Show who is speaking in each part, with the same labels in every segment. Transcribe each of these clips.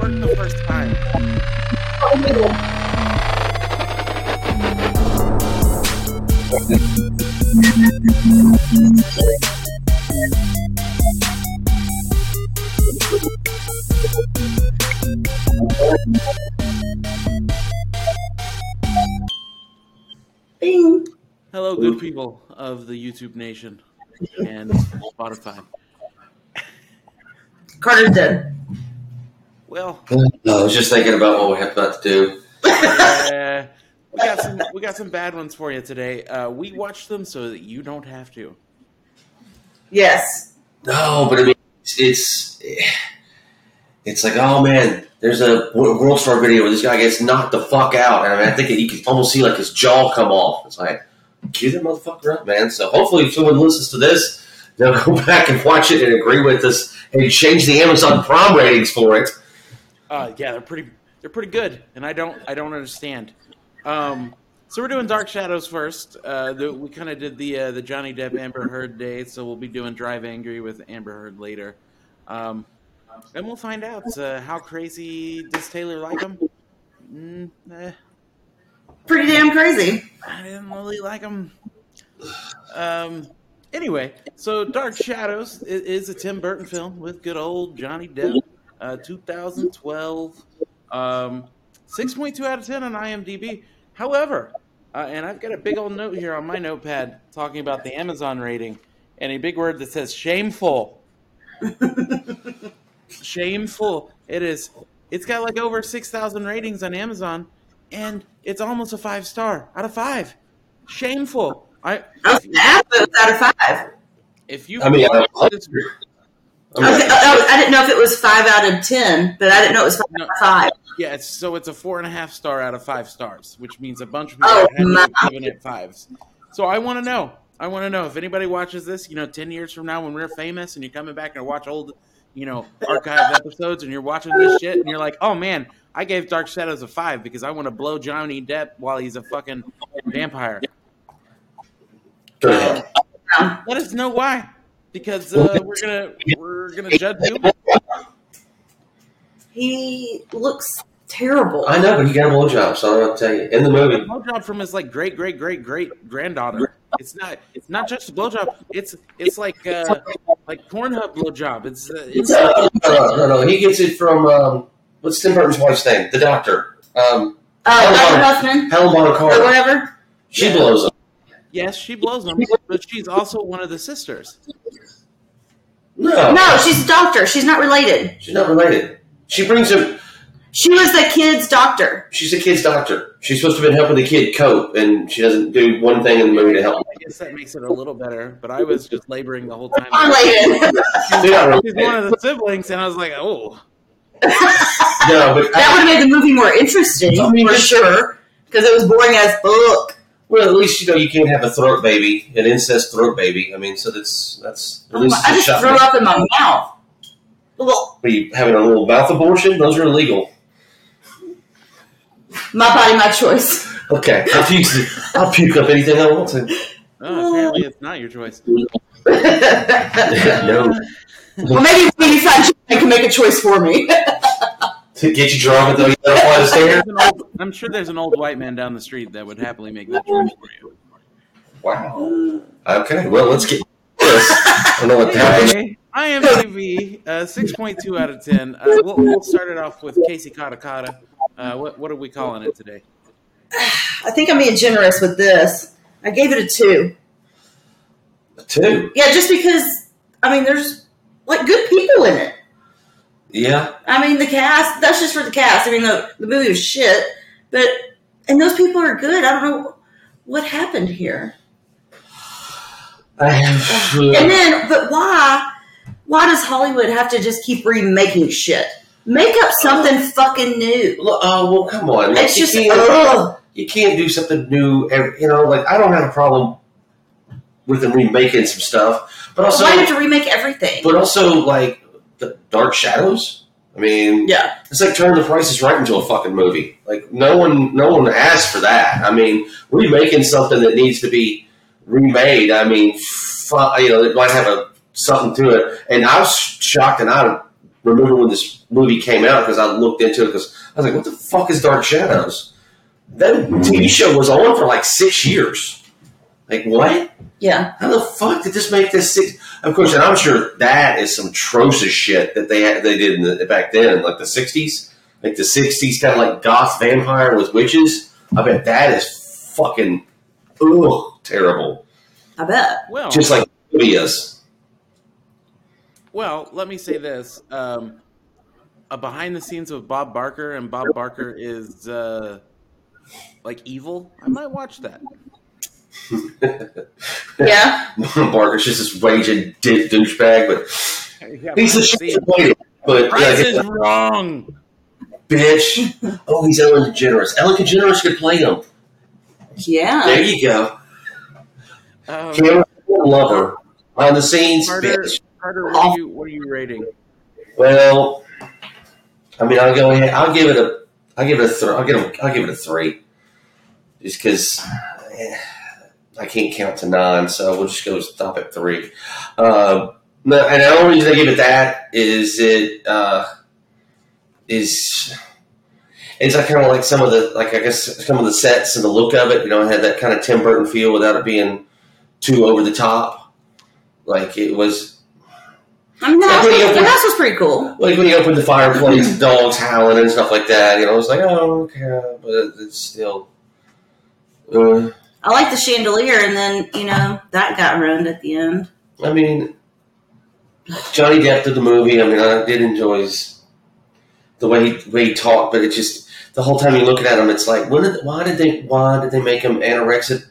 Speaker 1: worked the first time.
Speaker 2: Bing.
Speaker 3: Hello, good people of the YouTube nation and Spotify.
Speaker 2: Carter's dead.
Speaker 3: Well,
Speaker 4: No, I was just thinking about what we have about to do.
Speaker 3: uh, we got some we got some bad ones for you today. Uh, we watched them so that you don't have to.
Speaker 2: Yes.
Speaker 4: No, but I mean, it's it's, it's like, oh man, there's a Wor- World Star video where this guy gets knocked the fuck out, and I, mean, I think you can almost see like his jaw come off. It's like, cue that motherfucker up, man. So hopefully, if someone listens to this, they'll go back and watch it and agree with us and change the Amazon Prime ratings for it.
Speaker 3: Uh, yeah, they're pretty they're pretty good, and I don't I don't understand. Um, so we're doing Dark Shadows first. Uh, the, we kind of did the uh, the Johnny Depp Amber Heard day, so we'll be doing Drive Angry with Amber Heard later. Um, and we'll find out uh, how crazy does Taylor like him. Mm, eh.
Speaker 2: Pretty damn crazy.
Speaker 3: I didn't really like them. Um. Anyway, so Dark Shadows i- is a Tim Burton film with good old Johnny Depp, uh, 2012, um, 6.2 out of 10 on IMDb. However, uh, and I've got a big old note here on my notepad talking about the Amazon rating, and a big word that says shameful. shameful. It is. It's got like over 6,000 ratings on Amazon, and it's almost a five star out of five. Shameful. I
Speaker 2: I was mad, but it was out of five.
Speaker 3: if you
Speaker 4: I mean, I-
Speaker 3: this,
Speaker 2: I, was, oh, I, I didn't know if it was five out of ten, but I didn't know it was five
Speaker 3: No.
Speaker 2: out of five.
Speaker 3: yeah, it's, so it's a four and a half star out of five stars, which means a bunch of people
Speaker 2: Oh,
Speaker 3: haven't
Speaker 2: my.
Speaker 3: given it fives. So I want to know. I want to know if anybody watches this, you know, ten years from now when we're famous and you're coming back and watch old, you know, archive episodes and you're watching this shit and you're like, oh man, I gave Dark Shadows a five because I want to blow Johnny Depp while he's a fucking vampire.
Speaker 4: Go ahead.
Speaker 3: Let us know why, because uh, we're gonna we're gonna judge you.
Speaker 2: He looks terrible.
Speaker 4: I know, but he got a blowjob, so I don't know what to tell you. In the movie,
Speaker 3: blowjob from his like great great great great granddaughter. It's not it's not just a blowjob. It's it's like uh like Pornhub blowjob. It's uh, it's
Speaker 4: No, no, no, no. He gets it from um, what's Tim Burton's wife's name? The doctor, um,
Speaker 2: Oh, Dr.
Speaker 4: Hello.
Speaker 2: Huffman
Speaker 4: Helen Bonham
Speaker 2: or
Speaker 4: Carter.
Speaker 2: whatever.
Speaker 4: She blows up.
Speaker 3: yes, she blows him, but she's also one of the sisters.
Speaker 4: No,
Speaker 2: No, she's a doctor. She's not related.
Speaker 4: she's not related. She brings him.
Speaker 2: She was the kid's doctor.
Speaker 4: She's the kid's doctor. She's supposed to have been helping the kid cope, and she doesn't do one thing in the movie to help.
Speaker 3: I guess that makes it a little better, but I was just laboring the whole time.
Speaker 2: Unrelated.
Speaker 4: They're not
Speaker 3: She's one
Speaker 4: related.
Speaker 3: of the siblings, and I was like, oh,
Speaker 4: No, but
Speaker 2: that would have made the movie more interesting
Speaker 4: I mean,
Speaker 2: for
Speaker 4: just-
Speaker 2: sure. Because it was boring as fuck.
Speaker 4: well, at least you know you can't have a throat baby, an incest throat baby. I mean, so that's that's at least
Speaker 2: I
Speaker 4: it's a
Speaker 2: just
Speaker 4: shot.
Speaker 2: threw up in my mouth. Well,
Speaker 4: What Are you having a little mouth abortion? Those are illegal.
Speaker 2: my body, my choice.
Speaker 4: Okay, I'll puke, I'll puke up anything I want to.
Speaker 3: oh, apparently it's not your choice.
Speaker 4: no.
Speaker 2: Well, maybe when you find you can make a choice for me.
Speaker 4: to get you drunk and then you gotta fly the stairs.
Speaker 3: There's an old, I'm sure there's an old white man down the street that would happily make that choice for you.
Speaker 4: Wow. Okay, well, let's get this. I don't know what happened.
Speaker 3: Anyway, IMDb, uh, 6.2 out of 10. Uh, we'll, we'll start it off with Casey Katakata. Uh, what, what are we calling it today?
Speaker 2: I think I'm being generous with this. I gave it a two.
Speaker 4: Two.
Speaker 2: Yeah, just because I mean, there's like good people in it.
Speaker 4: Yeah.
Speaker 2: I mean, the cast. That's just for the cast. I mean, the, the movie was shit, but and those people are good. I don't know what happened here.
Speaker 4: I have.
Speaker 2: And then, but why? Why does Hollywood have to just keep remaking shit? Make up something fucking new.
Speaker 4: Look, Oh, well, come on.
Speaker 2: It's
Speaker 4: you,
Speaker 2: just
Speaker 4: can't,
Speaker 2: ugh.
Speaker 4: you can't do something new. Every, you know, like, I don't have a problem with them remaking some stuff, but also,
Speaker 2: Why do you have to remake everything?
Speaker 4: but also, like, the Dark Shadows. I mean,
Speaker 2: Yeah,
Speaker 4: It's like turning The Price is Right into a fucking movie. Like no one, no one asked for that. I mean, remaking something that needs to be remade. I mean, fu- you know, it might have a something to it. And I was shocked, and I remember when this movie came out because I looked into it because I was like, what the fuck is Dark Shadows? That TV show was on for like six years. Like what?
Speaker 2: Yeah.
Speaker 4: How the fuck did this make this six? Of course, and I'm sure that is some atrocious shit that they had, they did in the, back then, like the '60s, like the '60s kind of like goth vampire with witches. I bet that is fucking ugh terrible,
Speaker 2: I bet.
Speaker 3: Well,
Speaker 4: just like it is.
Speaker 3: well, let me say this: um, a behind the scenes of Bob Barker, and Bob Barker is uh, like evil. I might watch that.
Speaker 2: Yeah.
Speaker 4: Barker's just this raging di- douchebag, but
Speaker 3: Yeah, behind
Speaker 4: he's
Speaker 3: the
Speaker 4: the
Speaker 3: scenes.
Speaker 4: disappointed. But
Speaker 3: Price
Speaker 4: yeah,
Speaker 3: is wrong.
Speaker 4: bitch. Oh, he's Ellen DeGeneres. Ellen DeGeneres could play him.
Speaker 2: Yeah.
Speaker 4: There you go.
Speaker 3: Um,
Speaker 4: Cameron Lover behind the scenes,
Speaker 3: Carter,
Speaker 4: bitch.
Speaker 3: Carter, what are you what are you rating?
Speaker 4: Well, I mean, I'll go ahead. I'll give it a. I'll give it a. Th- I'll give. it- I'll give it a three. Just because I can't count to nine, so we'll just go stop at three. Uh, no, and the only reason I give it that is it uh, is it's like kind of like some of the like I guess some of the sets and the look of it. You know, it had that kind of Tim Burton feel without it being too over the top. Like it was
Speaker 2: I mean, the
Speaker 4: Yeah,
Speaker 2: house,
Speaker 4: pretty
Speaker 2: was,
Speaker 4: open.
Speaker 2: the house was pretty cool.
Speaker 4: like when you open the fireplace, dogs howling and stuff like that. You know, it's like, oh, okay, but it's still. Uh,
Speaker 2: I like the chandelier, and then you know that got ruined at the end.
Speaker 4: I mean, Johnny Depp did the movie. I mean, I did enjoy his, the way he way he talked, but it just the whole time you're looking at him, it's like, when did, why did they why did they make him anorexic?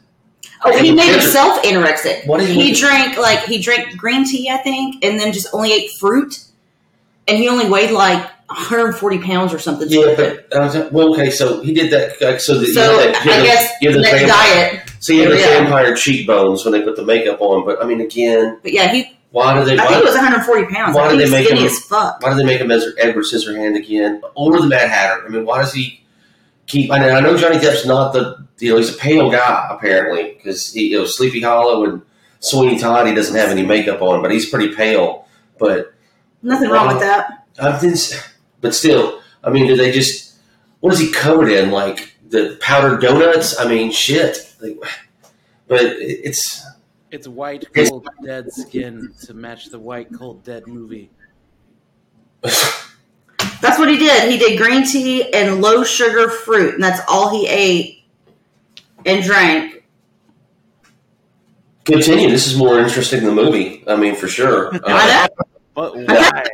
Speaker 2: Oh, he
Speaker 4: Yeah,
Speaker 2: made
Speaker 4: yeah.
Speaker 2: himself anorexic.
Speaker 4: What did he
Speaker 2: He
Speaker 4: do?
Speaker 2: drank like he drank green tea, I think, and then just only ate fruit, and he only weighed like 140 pounds or something.
Speaker 4: Yeah, but I was like, well, okay, so he did that. like, So that you
Speaker 2: so
Speaker 4: know, that, you
Speaker 2: I
Speaker 4: know,
Speaker 2: guess
Speaker 4: you know, the
Speaker 2: next
Speaker 4: vamp-
Speaker 2: diet.
Speaker 4: so you have the
Speaker 2: Yeah.
Speaker 4: vampire cheekbones when they put the makeup on, but I mean, again,
Speaker 2: But yeah, he
Speaker 4: why do they?
Speaker 2: I
Speaker 4: why,
Speaker 2: think it was 140 pounds.
Speaker 4: why
Speaker 2: I think
Speaker 4: did they
Speaker 2: he was
Speaker 4: make
Speaker 2: skinny
Speaker 4: him-
Speaker 2: as fuck.
Speaker 4: Why do they make him Ezra, Edward Scissorhand again over the Mad Hatter? I mean, why does he keep? I, know- I know Johnny Depp's not the you know he's a pale guy apparently because you know Sleepy Hollow and Sweeney Todd he doesn't have any makeup on, but he's pretty pale. But
Speaker 2: Nothing wrong with that.
Speaker 4: I've been, but still, I mean, do they just what is he covered in? Like the powdered donuts? I mean, shit. Like, but it's
Speaker 3: It's white cold dead skin to match the white cold dead movie.
Speaker 2: That's what he did. He did green tea and low sugar fruit, and that's all he ate and drank.
Speaker 4: continue. This is more interesting than the movie. I mean, for sure.
Speaker 2: I know.
Speaker 3: But why?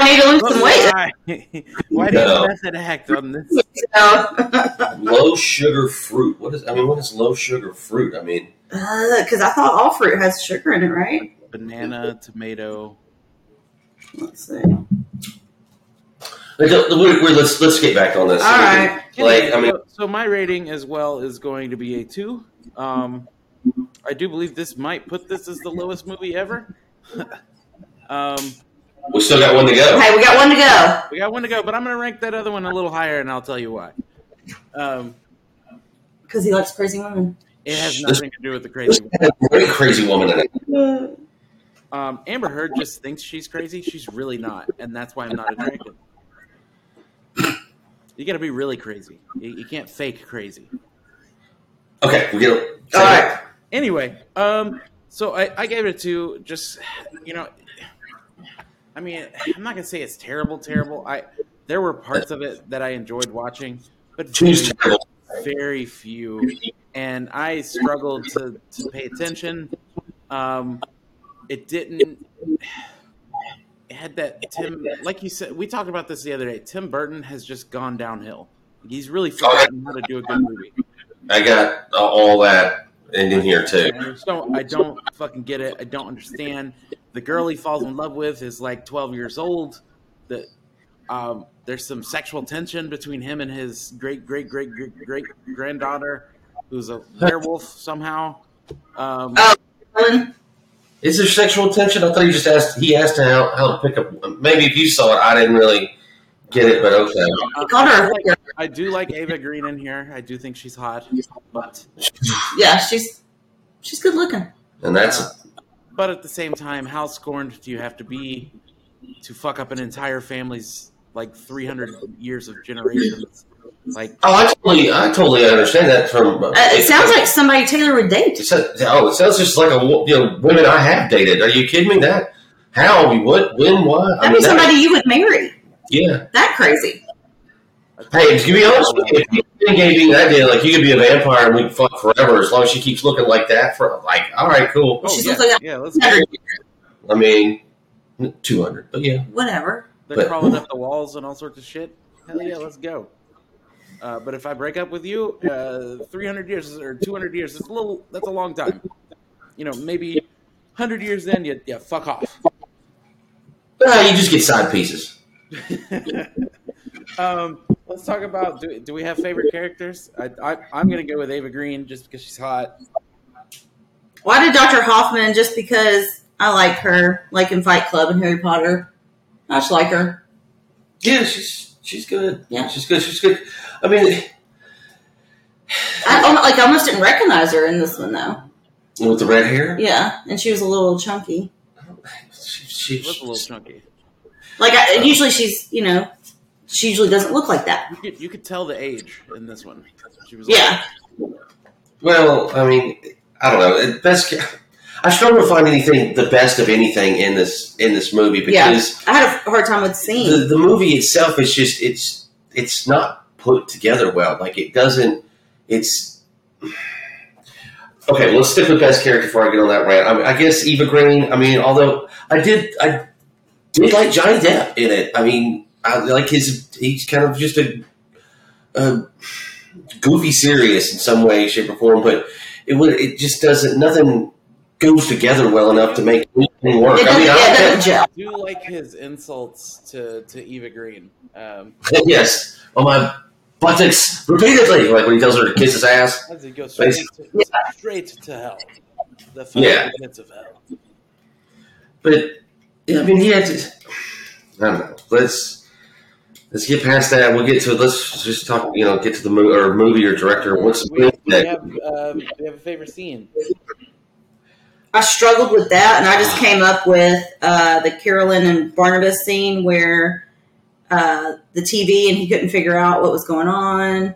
Speaker 2: I need to lose some weight.
Speaker 3: But why? Why did
Speaker 4: No.
Speaker 3: you method act on this?
Speaker 2: So.
Speaker 4: low sugar fruit. What is? I mean, what is low sugar fruit? I mean,
Speaker 2: Because Uh, I thought all fruit has sugar in it, right?
Speaker 3: Banana, tomato.
Speaker 2: Let's see.
Speaker 4: like, uh, wait, wait, let's let's get back on this.
Speaker 2: All right.
Speaker 4: Like, I mean,
Speaker 3: so, so my rating as well is going to be a two. Um, I do believe this might put this as the lowest movie ever. um,
Speaker 4: we still got one to go.
Speaker 2: Hey, we got one to go.
Speaker 3: We got one to go, but I'm going to rank that other one a little higher, and I'll tell you why. Um,
Speaker 2: Because he likes crazy women.
Speaker 3: it
Speaker 4: Shh,
Speaker 3: has
Speaker 4: this-
Speaker 3: nothing to do with the crazy. One.
Speaker 4: Very crazy woman in it.
Speaker 3: Um, Amber Heard just thinks she's crazy. She's really not, and that's why I'm not attracted. You got to be really crazy. You, you can't fake crazy.
Speaker 4: Okay, we get.
Speaker 2: All right.
Speaker 3: Anyway, um, so I, I gave it a two. Just you know, I mean, I'm not gonna say it's terrible, terrible. I there were parts of it that I enjoyed watching, but
Speaker 4: Two's
Speaker 3: very-
Speaker 4: terrible.
Speaker 3: very few, and I struggled to, to pay attention. Um, it didn't. It had that Tim, like you said, we talked about this the other day. Tim Burton has just gone downhill. He's really forgotten how to do a good movie.
Speaker 4: I got uh, all that and in here too.
Speaker 3: And I just don't, I don't fucking get it. I don't understand. The girl he falls in love with is like 12 years old. The, um, there's some sexual tension between him and his great, great, great, great, great granddaughter, who's a werewolf somehow. Um,
Speaker 2: Ellen?
Speaker 4: Is there sexual tension? I thought he just asked. He asked how how to pick up. Maybe if you saw it, I didn't really get it, but okay.
Speaker 2: He called her a hooker.
Speaker 3: I do like Ava Green in here. I do think she's hot, but
Speaker 2: Yeah, she's she's good looking. Uh,
Speaker 4: And that's
Speaker 3: but at the same time, how scorned do you have to be to fuck up an entire family's like 300 years of generations. Like,
Speaker 4: Oh, I totally, I totally understand that. From uh,
Speaker 2: it sounds like somebody Taylor would date.
Speaker 4: It sounds, oh, it sounds just like a wo- you know women I have dated. Are you kidding me? That how we what when why? I
Speaker 2: That'd be
Speaker 4: mean, that-
Speaker 2: somebody you would marry.
Speaker 4: yeah.
Speaker 2: That crazy.
Speaker 4: Hey, to be honest with you, if you gave me that idea, like you could be a vampire and we'd fuck forever as long as she keeps looking like that. For like, all right, cool.
Speaker 3: oh,
Speaker 2: She's
Speaker 3: yeah,
Speaker 2: looking at-
Speaker 3: yeah, let's go.
Speaker 2: Never-
Speaker 4: I mean, two hundred, but yeah,
Speaker 2: Whatever.
Speaker 3: They're
Speaker 4: But-
Speaker 3: crawling up the walls and all sorts of shit. Hell yeah, let's go. Uh, but if I break up with you, uh, 300 years or 200 years, it's a little, that's a long time. You know, maybe 100 years then, you, yeah, fuck off.
Speaker 4: Ah, you just get side pieces.
Speaker 3: um, let's talk about do, do we have favorite characters? I, I, I'm going to go with Ava Green just because she's hot.
Speaker 2: Why did Dr. Hoffman just because I like her, like in Fight Club and Harry Potter? I just like her.
Speaker 4: Yeah, she's she's good.
Speaker 2: Yeah.
Speaker 4: she's good. She's good. I mean,
Speaker 2: I almo- like I almost didn't recognize her in this one though.
Speaker 4: with the red hair,
Speaker 2: Yeah, and she was a little chunky.
Speaker 4: she,
Speaker 3: She looks a little
Speaker 4: she,
Speaker 3: chunky.
Speaker 2: Like I, and usually she's, you know, she usually doesn't look like that.
Speaker 3: You could, you could tell the age in this one. She was like,
Speaker 2: Yeah,
Speaker 4: Well, I mean, I don't know. The Best. ca- I struggle to find anything the best of anything in this in this movie
Speaker 2: Yeah.
Speaker 4: because
Speaker 2: I had a hard time with
Speaker 4: the,
Speaker 2: seeing.
Speaker 4: the movie itself is just it's it's not put together well. Like it doesn't. It's okay. Let's stick with best character before I get on that rant. I, mean, I guess Eva Green. I mean, although I did I did like Johnny Depp in it. I mean, I like his. He's kind of just a. a goofy serious in some way, shape, or form, but it would it just doesn't nothing goes together well enough to make anything work.
Speaker 2: It
Speaker 4: I
Speaker 2: doesn't,
Speaker 4: mean,
Speaker 2: yeah, it
Speaker 4: I,
Speaker 2: doesn't gel.
Speaker 3: I do like his insults to, to Eva Green. Um,
Speaker 4: yes, on my buttocks repeatedly, like when he tells her to kiss his ass.
Speaker 3: as he goes straight to, straight to hell. The five
Speaker 4: Yeah.
Speaker 3: minutes of hell.
Speaker 4: But yeah, I mean, he had to. I don't know. Let's let's get past that. We'll get to let's just talk. You know, get to the movie or movie or director. What's
Speaker 3: we,
Speaker 4: the
Speaker 3: we have, um, we have a favorite scene.
Speaker 2: I struggled with that, and I just came up with uh, the Carolyn and Barnabas scene where uh, the TV and he couldn't figure out what was going on.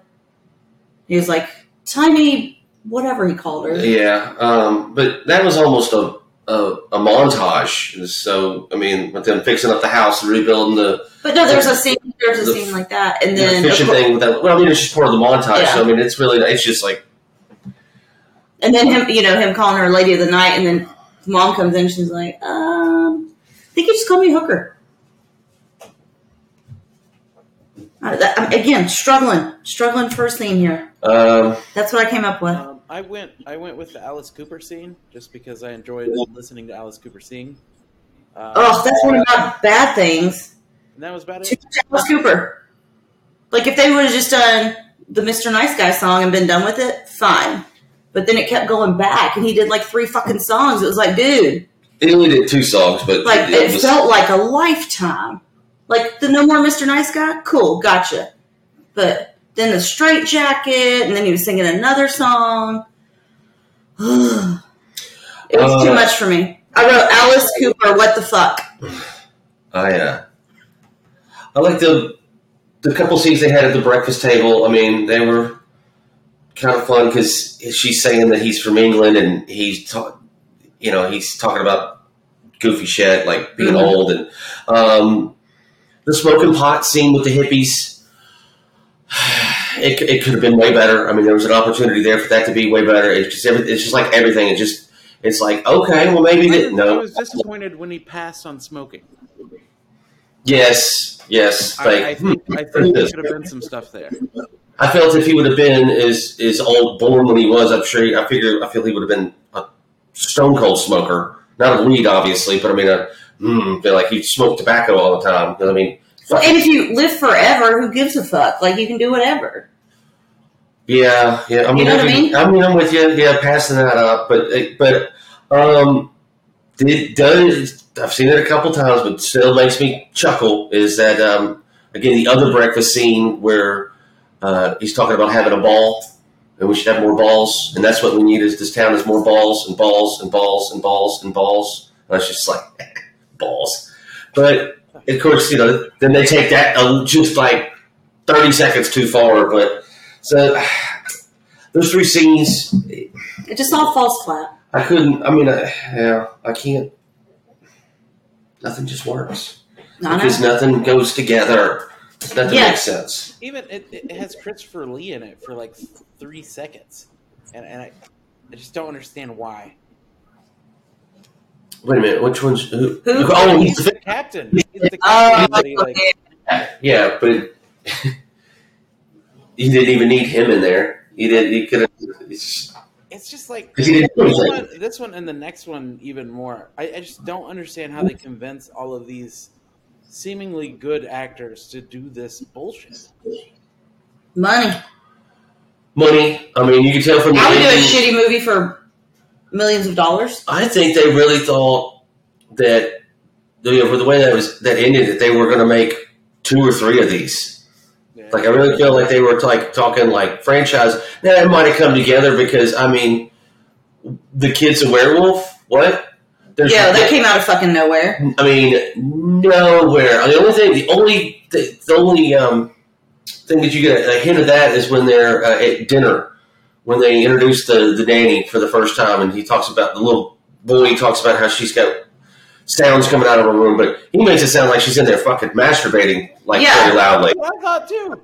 Speaker 2: He was like, "Tiny, whatever he called her."
Speaker 4: Yeah, um, but that was almost a, a a montage. So I mean, with them fixing up the house and rebuilding the,
Speaker 2: But no, there's a scene. There's a
Speaker 4: The-
Speaker 2: scene like that, and
Speaker 4: the
Speaker 2: then
Speaker 4: fishing thing. With that, well, I mean, it's just part of the montage.
Speaker 2: Yeah.
Speaker 4: So I mean, it's really it's just like
Speaker 2: and then him, you know, him calling her lady of the night, and then mom comes in. She's like, "Um, I think you just called me a hooker." I- that- I'm, again, struggling, struggling for a scene here.
Speaker 4: um,
Speaker 2: That's what I came up with.
Speaker 3: Um, I went I went with the Alice Cooper scene just because I enjoyed listening to Alice Cooper sing. Uh,
Speaker 2: Oh, that's one of my bad things.
Speaker 3: and that was about
Speaker 2: Too
Speaker 3: it.
Speaker 2: much Alice Cooper. Like if they would have just done the Mr. Nice Guy song and been done with it, fine. But then it kept going back, and he did like three fucking songs. It was like, dude,
Speaker 4: they only did two songs, but
Speaker 2: like
Speaker 4: it
Speaker 2: it
Speaker 4: was-
Speaker 2: felt like a lifetime. Like the No More Mr. Nice Guy, cool, gotcha. But then the Straight Jacket, and then he was singing another song. it was
Speaker 4: Uh.
Speaker 2: too much for me. I wrote Alice Cooper, what the fuck?
Speaker 4: I uh, I like the the couple scenes they had at the breakfast table. I mean, they were kind of fun because she's saying that he's from England and he's ta- you know he's talking about goofy shit like being
Speaker 2: Mhm.
Speaker 4: old and um, the smoking pot scene with the hippies. It, c- it could have been way better. I mean, there was an opportunity there for that to be way better. It's just every, it's just like everything. It just it's like okay, well maybe
Speaker 3: I
Speaker 4: that,
Speaker 3: was, I
Speaker 4: no.
Speaker 3: was disappointed when he passed on smoking.
Speaker 4: Yes, yes. like,
Speaker 3: I, I think,
Speaker 4: hmm,
Speaker 3: I think there
Speaker 4: this.
Speaker 3: should have been some stuff there.
Speaker 4: I felt if he would have been as as old born when he was, I'm sure. I figure I feel he would have been a stone cold smoker, not a weed, obviously, but I mean, a, mm, they're like he smoked tobacco all the time. I mean,
Speaker 2: Well, and if you live forever, who gives a fuck? Like you can do whatever.
Speaker 4: yeah, yeah. I mean,
Speaker 2: know what I
Speaker 4: I,
Speaker 2: mean?
Speaker 4: I mean, I'm with you. Yeah, passing that up, but uh, but um, it does. I've seen it a couple times, but still makes me chuckle. Is that um, again the other breakfast scene where uh, he's talking about having a ball and we should have more balls, and that's what we need. Is this town is more balls and balls and balls and balls and balls. And that's just like balls, but of course, you know, then they take that uh, just like 30 seconds too far. But so those three scenes,
Speaker 2: It just all falls flat.
Speaker 4: I couldn't. I mean, I, yeah, I can't. Nothing just works
Speaker 2: No,
Speaker 4: because
Speaker 2: no.
Speaker 4: nothing goes together. Nothing
Speaker 2: Yeah.
Speaker 4: makes sense.
Speaker 3: Even it, it has Christopher Lee in it for like three seconds, and, and I, I just don't understand why.
Speaker 4: Wait a minute, which one's who?
Speaker 2: Who?
Speaker 4: Oh, he's the
Speaker 3: He's the captain. He's the
Speaker 2: Oh,
Speaker 4: Uh,
Speaker 3: captain. but he, like,
Speaker 2: okay.
Speaker 4: Yeah, but he didn't even need him in there. He did. He could have. Because
Speaker 3: it's just like
Speaker 4: he didn't do
Speaker 3: this
Speaker 4: anything.
Speaker 3: one, this one and the next one even more. I, I just don't understand how they convince all of these seemingly good actors to do this bullshit.
Speaker 2: money.
Speaker 4: Money. I mean, you can tell from the.
Speaker 2: I would do a
Speaker 4: ending-
Speaker 2: shitty movie for millions of dollars.
Speaker 4: I think they really thought that you know, for the way that was that ended, that they were going to make two or three of these.
Speaker 3: Yeah.
Speaker 4: Like I really feel like they were like talking like franchise. Now it might have come together because I mean, the kid's a werewolf. What? There's
Speaker 2: Yeah, that came out of fucking nowhere.
Speaker 4: I mean, nowhere. The only thing, the only, the, the only um, thing that you get a, a hint of that is when they're uh, at dinner, when they introduce the the nanny for the first time, and he talks about the little boy talks about how she's got sounds coming out of her room, but he makes it sound like she's in there fucking masturbating like
Speaker 2: Yeah.
Speaker 4: very loudly.
Speaker 3: I thought too.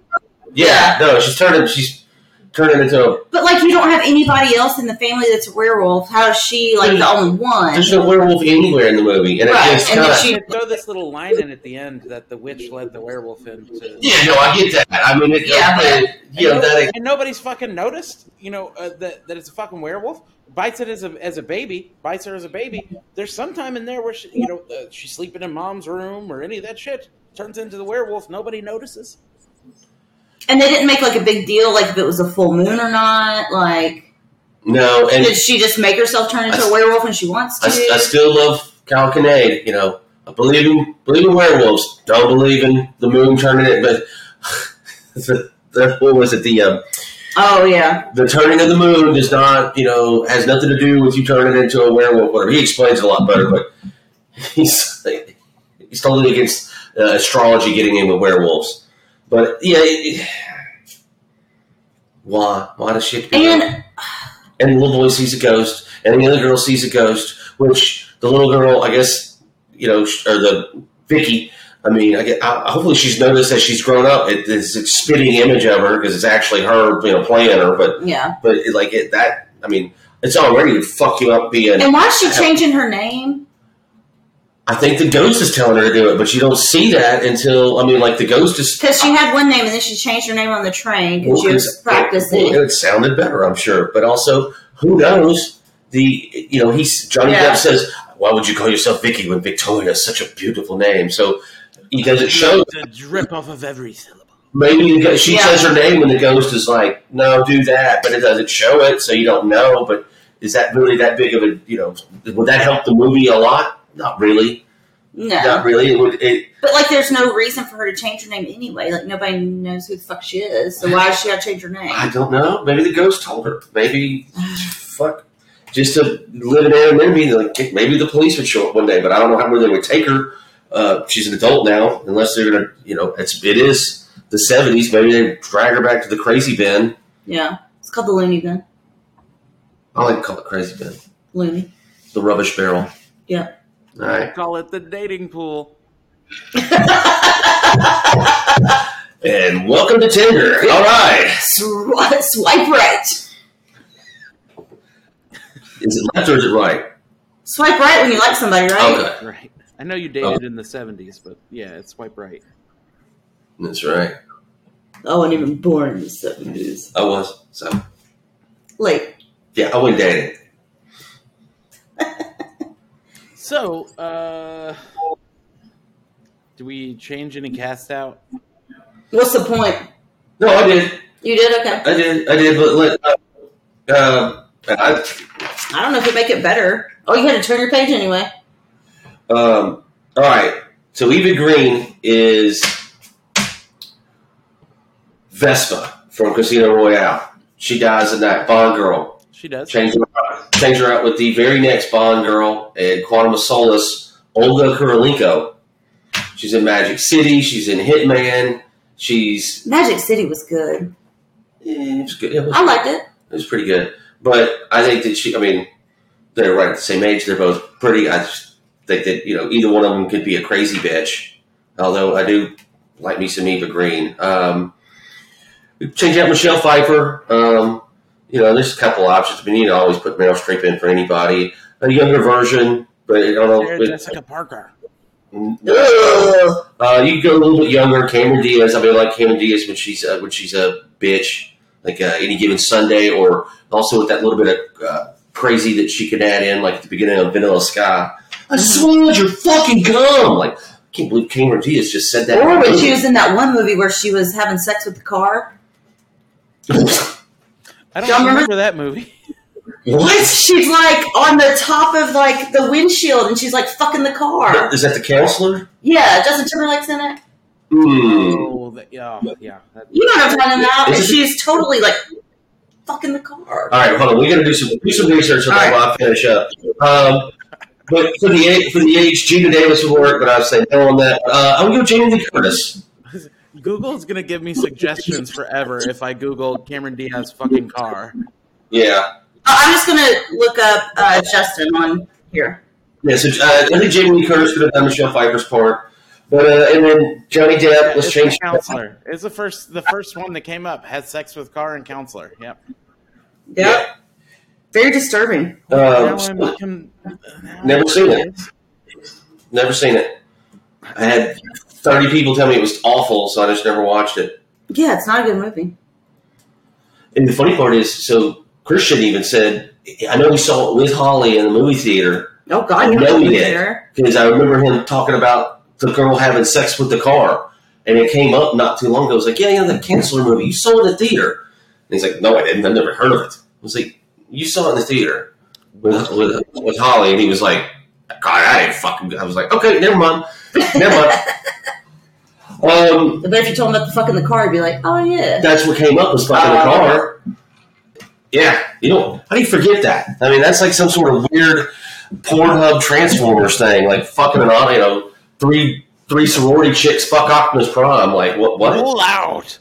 Speaker 4: Yeah, no, she's turning, she's turning into a.
Speaker 2: But like, you don't have anybody else in the family that's a werewolf. How is she like the only one?
Speaker 4: There's no werewolf anywhere in the movie, and
Speaker 2: Right,
Speaker 4: it just
Speaker 2: and
Speaker 4: kind
Speaker 2: then
Speaker 4: of.
Speaker 2: she-
Speaker 3: They throw this little line in at the end that the witch led the werewolf in to.
Speaker 4: yeah, no, I get that. I mean, it,
Speaker 2: Yeah, but-
Speaker 4: you know,
Speaker 3: and,
Speaker 4: that.
Speaker 3: and nobody's fucking noticed, you know, uh, that, that it's a fucking werewolf. Bites it as a, as a baby, bites her as a baby. There's some time in there where, she, you know, uh, she's sleeping in mom's room or any of that shit. Turns into the werewolf. Nobody notices.
Speaker 2: And they didn't make like a big deal, like if it was a full moon or not. Like,
Speaker 4: No, and
Speaker 2: did she just make herself turn into
Speaker 4: I-
Speaker 2: a werewolf when she wants to?
Speaker 4: I, I still love Cal Kinnaid. You know, I believe in believe in werewolves. Don't believe in the moon turning it, but the, the, what was it? The um,
Speaker 2: oh yeah,
Speaker 4: the turning of the moon does not, you know, has nothing to do with you turning into a werewolf. Whatever. He explains it a lot better, but he's he's totally against uh, astrology getting in with werewolves. But yeah, it, it- why why does shit? be like-
Speaker 2: and
Speaker 4: and the little boy sees a ghost, and the other girl sees a ghost, which the little girl, I guess, you know, sh- or the Vicky, I mean, I get, I, hopefully she's noticed as she's grown up, it, it's a spitting image of her because it's actually her, you know, playing her, but
Speaker 2: yeah.
Speaker 4: but it, like it, that, I mean, it's already to fuck you up being.
Speaker 2: And why is she changing her name?
Speaker 4: I think the ghost is telling her to do it, but you don't see that until I mean, like the ghost is.
Speaker 2: Because she had one name and then she changed her name on the train because she was
Speaker 4: It,
Speaker 2: practicing.
Speaker 4: it sounded better, I'm sure, but also who knows? The you know he's Johnny
Speaker 2: Yeah.
Speaker 4: Depp says, "Why would you call yourself Vicky when Victoria is such a beautiful name?" So he doesn't show.
Speaker 3: The drip off of every syllable.
Speaker 4: Maybe the, go- she
Speaker 2: Yeah.
Speaker 4: says her name and the ghost is like, "No, do that," but it doesn't show it, so you don't know. But is that really that big of a you know? Would that help the movie a lot? Not really.
Speaker 2: No,
Speaker 4: Not really. It would. It,
Speaker 2: but like, there's no reason for her to change her name anyway. Like nobody knows who the fuck she is, so why does she gotta change her name?
Speaker 4: I don't know. Maybe the ghost told her. Maybe fuck. Just to live in anonymity. Like maybe the police would show up one day, but I don't know how where they would take her. Uh, she's an adult now, unless they're gonna, you know, it's it is the seventies. Maybe they drag her back to the crazy bin.
Speaker 2: Yeah, it's called the Looney Bin.
Speaker 4: I like to call it crazy bin,
Speaker 2: Looney.
Speaker 4: the rubbish barrel.
Speaker 2: Yeah.
Speaker 4: All right.
Speaker 3: Call it the dating pool.
Speaker 4: And welcome to Tinder. All right.
Speaker 2: Swi- Swipe right.
Speaker 4: Is it left or is it right?
Speaker 2: Swipe right when you like somebody, right?
Speaker 4: Okay.
Speaker 3: Right. I know you dated in the 70s, but yeah, it's swipe right.
Speaker 4: That's right.
Speaker 2: I wasn't even born in the seventies.
Speaker 4: I was. So
Speaker 2: Like,
Speaker 4: yeah, I went dating.
Speaker 3: So, uh, do we change any cast out?
Speaker 2: what's the point?
Speaker 4: No, I did.
Speaker 2: You did okay.
Speaker 4: I did, I did, but let, uh, um, I,
Speaker 2: I don't know if you make it better. Oh, you had to turn your page anyway.
Speaker 4: um, all right. So Eva Green is Vespa from Casino Royale. She dies in that Bond girl.
Speaker 3: She does.
Speaker 4: Change her, out- change her out with the very next Bond girl and Quantum of Solace, Olga Kurylenko. She's in Magic City. She's in Hitman. She's
Speaker 2: Magic City was good.
Speaker 4: yeah, it was good. It was,
Speaker 2: I liked it.
Speaker 4: it was pretty good. But I think that she. I mean, they're right at the same age. They're both pretty. I just think that you know either one of them could be a crazy bitch. Although I do like me some Eva Green. Um, we change out Michelle Pfeiffer. Um, you know, there's a couple options. I mean, you know, always put Meryl Streep in for anybody. A younger version, but I don't know.
Speaker 3: Sarah
Speaker 4: it-
Speaker 3: Jessica Parker.
Speaker 2: Ugh.
Speaker 4: uh, you go a little bit younger, Cameron Diaz. I mean, I like Cameron Diaz when she's uh, when she's a bitch, like uh, any given Sunday, or also with that little bit of uh, crazy that she could add in, like at the beginning of Vanilla Sky. I swallowed your fucking gum. Like, I can't believe Cameron Diaz just said that.
Speaker 2: Or when she was in that one movie where she was having sex with the car.
Speaker 3: I don't
Speaker 2: Y'all remember-
Speaker 3: remember that movie.
Speaker 4: what?
Speaker 2: She's like on the top of like the windshield and she's like fucking the car.
Speaker 4: Is that the counselor?
Speaker 2: Yeah, Justin Timberlake's in it.
Speaker 4: Hmm.
Speaker 3: Oh, that, yeah, yeah. That,
Speaker 2: You know what I'm talking about. And
Speaker 4: Is it-
Speaker 2: she's totally like fucking the car.
Speaker 4: All right, hold on. We're gonna do some do some research on
Speaker 2: All
Speaker 4: that
Speaker 2: right.
Speaker 4: while I finish up. Um, but for the age- for the age, Gina Davis would work, but I would say no on that. Uh, I'm gonna go Jamie Lee Curtis.
Speaker 3: Google's gonna give me suggestions forever if I Google Cameron Diaz fucking car.
Speaker 4: Yeah,
Speaker 2: Uh, I'm just gonna look up uh, Justin on here.
Speaker 4: yeah. So uh, I think Jamie Lee Curtis could have done Michelle Pfeiffer's part, but uh, and then Johnny Depp. Let's
Speaker 3: It's
Speaker 4: change.
Speaker 3: the counselor. It's the first the first one that came up. Had sex with car and counselor. Yep.
Speaker 2: Yep. Very disturbing.
Speaker 4: Um,
Speaker 3: now I'm become- now
Speaker 4: never
Speaker 3: I'm
Speaker 4: seen it.
Speaker 3: curious.
Speaker 4: never seen it. I had thirty people tell me it was awful, so I just never watched it.
Speaker 2: Yeah, it's not a good movie.
Speaker 4: And the funny part is, so Christian even said, "I know we saw it with Holly in the movie theater."
Speaker 2: Oh God, you
Speaker 4: No,
Speaker 2: don't
Speaker 4: we
Speaker 2: live
Speaker 4: didn't.
Speaker 2: there.
Speaker 4: because I remember him talking about the girl having sex with the car, and it came up not too long ago. I was like, "Yeah, yeah, that canceler movie you saw it in the theater." And he's like, "No, I didn't. I've never heard of it." I was like, "You saw it in the theater with with, with Holly," and he was like, "God, I ain't fucking." I was like, "Okay, never mind, never mind." Um,
Speaker 2: But if you told him about the fuck in the car, he'd be like, "Oh yeah."
Speaker 4: that's what came up was fucking the
Speaker 2: Uh,
Speaker 4: car. Yeah, you know how do you forget that? I mean, that's like some sort of weird Pornhub Transformers thing, like fucking an audio, you know, three three sorority chicks fuck Optimus Prime. Like what? What?
Speaker 3: Roll out.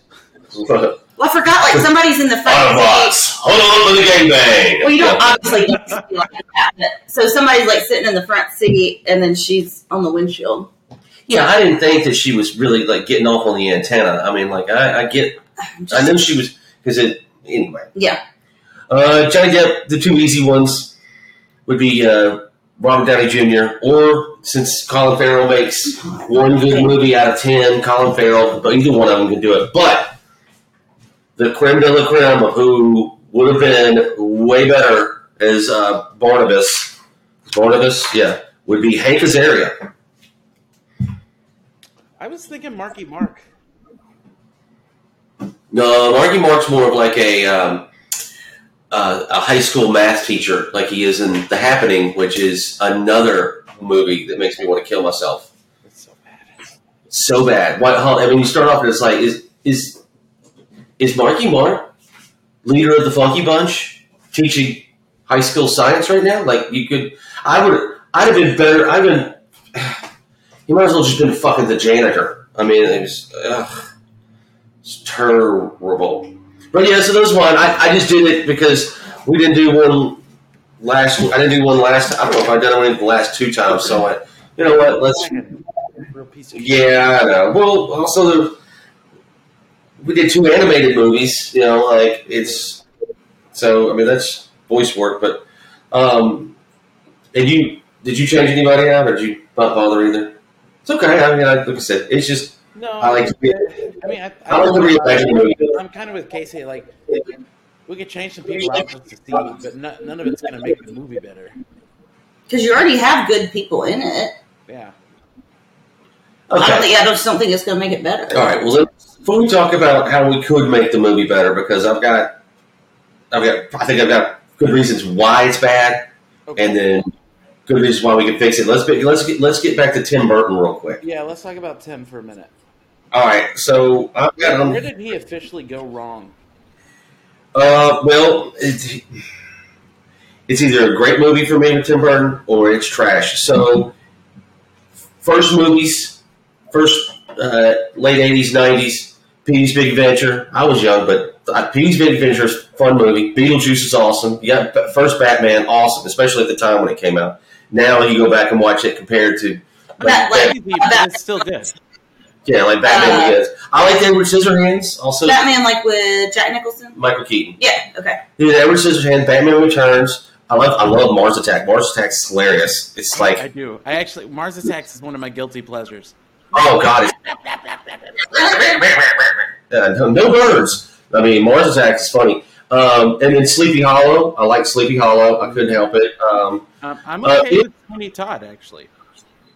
Speaker 2: Well, I forgot. Like somebody's in the fucking.
Speaker 4: Autobots, hold on to the gangbang.
Speaker 2: Well, you don't
Speaker 4: Yeah.
Speaker 2: obviously don't see like that. But, so somebody's like sitting in the front seat, and then she's on the windshield.
Speaker 4: yeah, I didn't think that she was really like getting off on the antenna. I mean, like I, I get, I know she was because it anyway.
Speaker 2: Yeah,
Speaker 4: Uh, Johnny Depp, the two easy ones would be uh, Robert Downey Jr. or since Colin Farrell makes one good movie out of ten, Colin Farrell, but either one of them can do it. But the creme de la creme of who would have been way better as uh, Barnabas, Barnabas, yeah, would be Hank Azaria.
Speaker 3: I was thinking Marky Mark.
Speaker 4: No, Marky Mark's more of like a um, uh, a high school math teacher, like he is in The Happening, which is another movie that makes me want to kill myself
Speaker 3: That's so bad.
Speaker 4: so bad. What? How, I mean, you start off and it's like, is is is Marky Mark leader of the Funky Bunch teaching high school science right now? Like, you could, I would, I'd have been better. I've been, you might as well just been fucking the janitor. I mean, it was, ugh, it's terrible. But yeah, so those one, I, I just did it because we didn't do one last. I didn't do one last. I don't know if I did one the last two times. So I, you know what? Let's
Speaker 3: Real piece of
Speaker 4: yeah, I know. Well, also the, we did two animated movies. You know, like it's so. I mean, that's voice work, but um, and you did you change anybody out, or did you not bother either? It's okay. I mean, I, like I said, it's just
Speaker 3: No,
Speaker 4: I like.
Speaker 3: I mean, I,
Speaker 4: I like the reimagined movie.
Speaker 3: I'm kind of with Casey. Like, we could change some people out just to see, but no, none of it's gonna make the movie better.
Speaker 2: because you already have good people in it.
Speaker 3: Yeah.
Speaker 2: I don't
Speaker 4: Okay.
Speaker 2: think I just don't think it's going to make it better.
Speaker 4: All right. Well, let's, before we talk about how we could make the movie better, because I've got, I've got, I think I've got good reasons why it's bad. and then good reasons why we can fix it. Let's be, let's get let's get back to Tim Burton real quick.
Speaker 3: yeah, let's talk about Tim for a minute.
Speaker 4: All right, so I've got
Speaker 3: Where
Speaker 4: um,
Speaker 3: did he officially go wrong?
Speaker 4: uh, well, it's, it's either a great movie for me with Tim Burton or it's trash. So first movies, first uh, late eighties, nineties. Petey's Big Adventure. I was young, but uh, Petey's Big Adventure is a fun movie. Beetlejuice is awesome. Yeah, b- first Batman, awesome, especially at the time when it came out. Now you go back and watch it compared to
Speaker 2: That, like,
Speaker 3: Maybe, but
Speaker 2: that-
Speaker 3: it's still good.
Speaker 4: yeah, like Batman
Speaker 2: Uh,
Speaker 4: Begins. I like Edward Scissorhands. Also,
Speaker 2: Batman, like with Jack Nicholson.
Speaker 4: Michael Keaton.
Speaker 2: Yeah. Okay.
Speaker 4: Dude, Edward Scissorhands, Batman Returns. I love I love Mars Attack. Mars Attack's hilarious. It's
Speaker 3: I
Speaker 4: like
Speaker 3: do. I actually Mars Attacks is one of my guilty pleasures.
Speaker 4: oh god, it's Yeah, no, no birds. I mean Mars Attack is funny. Um, and then Sleepy Hollow. I like Sleepy Hollow. I couldn't help it. Um,
Speaker 3: Um, I'm
Speaker 4: Uh,
Speaker 3: okay
Speaker 4: it-
Speaker 3: with Tony Todd actually.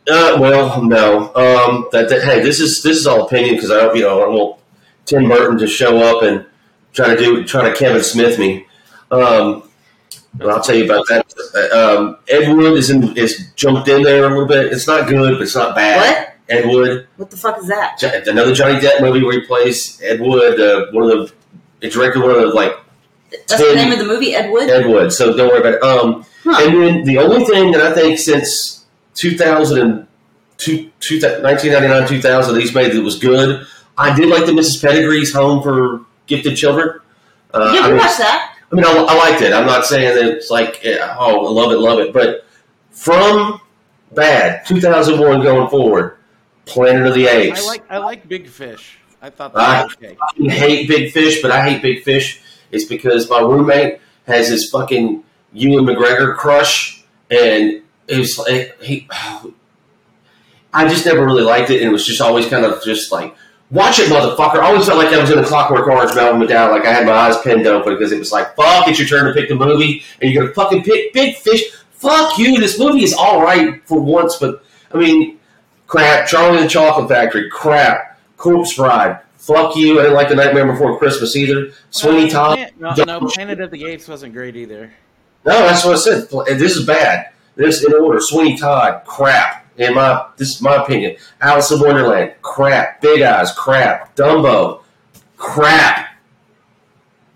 Speaker 4: uh, well, no. Um, that, that hey, this is this is all opinion because I don't you know I don't want Tim Burton to show up and try to do try to Kevin Smith me. Um, But I'll tell you about that. Um, Ed Wood is in, is jumped in there a little bit. It's not good, but it's not bad.
Speaker 2: What?
Speaker 4: Ed Wood,
Speaker 2: What the fuck is that?
Speaker 4: Jo- another Johnny Depp movie where he plays Ed Wood, uh, one of the it directed one of the like
Speaker 2: That's the
Speaker 4: Tim-
Speaker 2: name of the movie, Ed Wood.
Speaker 4: Ed Wood. So don't worry about it. Um,
Speaker 2: Huh.
Speaker 4: and then the only thing that I think since 2000 and two, two, 1999, 2000 that he's made that was good, I did like the Mrs. Pedigree's Home for Gifted Children. Uh,
Speaker 2: yeah,
Speaker 4: I
Speaker 2: we
Speaker 4: mean,
Speaker 2: watched that.
Speaker 4: I mean, I, I liked it. I'm not saying that it's like, yeah, oh, I love it, love it. But from bad 2001 going forward, Planet of the
Speaker 3: I
Speaker 4: Apes.
Speaker 3: like I like Big Fish. I thought that
Speaker 4: Ah.
Speaker 3: was okay.
Speaker 4: I hate big fish, but I hate big fish. It's because my roommate has his fucking Ewan McGregor crush, and it was like he. I just never really liked it, and it was just always kind of just like, watch it, motherfucker. I always felt like I was in a Clockwork Orange Malcolm McDowell, like I had my eyes pinned open because it was like, fuck, it's your turn to pick the movie, and you're gonna fucking pick Big Fish. Fuck you. This movie is all right for once, but I mean, crap. Charlie and the Chocolate Factory, crap. Corpse Bride, fuck you. I didn't like The Nightmare Before Christmas either. Sweeney Todd,
Speaker 3: Plan- Uh, No, no, Planet of the Apes wasn't great either.
Speaker 4: no, that's what I said. This is bad. This in order. Sweeney Todd, crap. In my this is my opinion. Alice in Wonderland, crap. Big Eyes, crap. Dumbo, crap.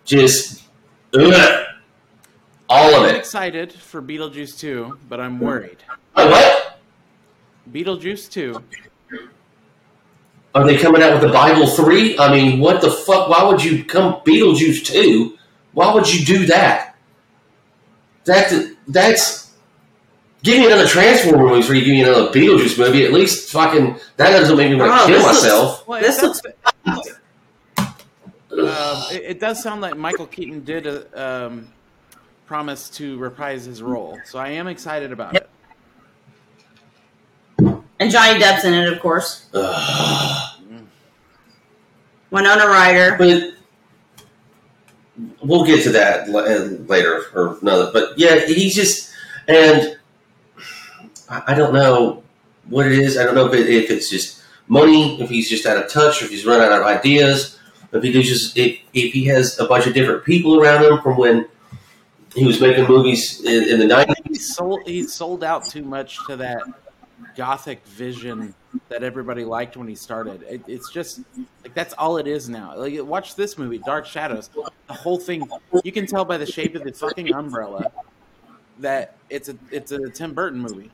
Speaker 4: Just ugh. all of
Speaker 3: I'm
Speaker 4: it.
Speaker 3: excited for Beetlejuice 2, but I'm worried.
Speaker 4: Oh, what?
Speaker 3: Beetlejuice 2.
Speaker 4: Are they coming out with the Bible three? I mean, what the fuck? Why would you come Beetlejuice two? Why would you do that? That that's give me another Transformer movie before you give me another Beetlejuice movie. At least fucking that doesn't make me want to
Speaker 2: Oh,
Speaker 4: kill
Speaker 2: this looks-
Speaker 4: myself.
Speaker 3: Well,
Speaker 2: This
Speaker 3: it, does, um, it, it does sound like Michael Keaton did uh um, promise to reprise his role, so I am excited about it.
Speaker 2: And Johnny Depp's in it, of course.
Speaker 4: Ugh.
Speaker 2: Winona Ryder.
Speaker 4: but we'll get to that l- uh, later or another. But yeah, he's just and I I don't know what it is. I don't know if, it, if it's just money, if he's just out of touch, if he's run out of ideas, if he does just if, if he has a bunch of different people around him from when he was making movies in, in the nineties.
Speaker 3: He sold, he sold out too much to that gothic vision that everybody liked when he started. It, it's just like that's all it is now. Like watch this movie, Dark Shadows. The whole thing you can tell by the shape of the fucking umbrella that it's a it's a Tim Burton movie.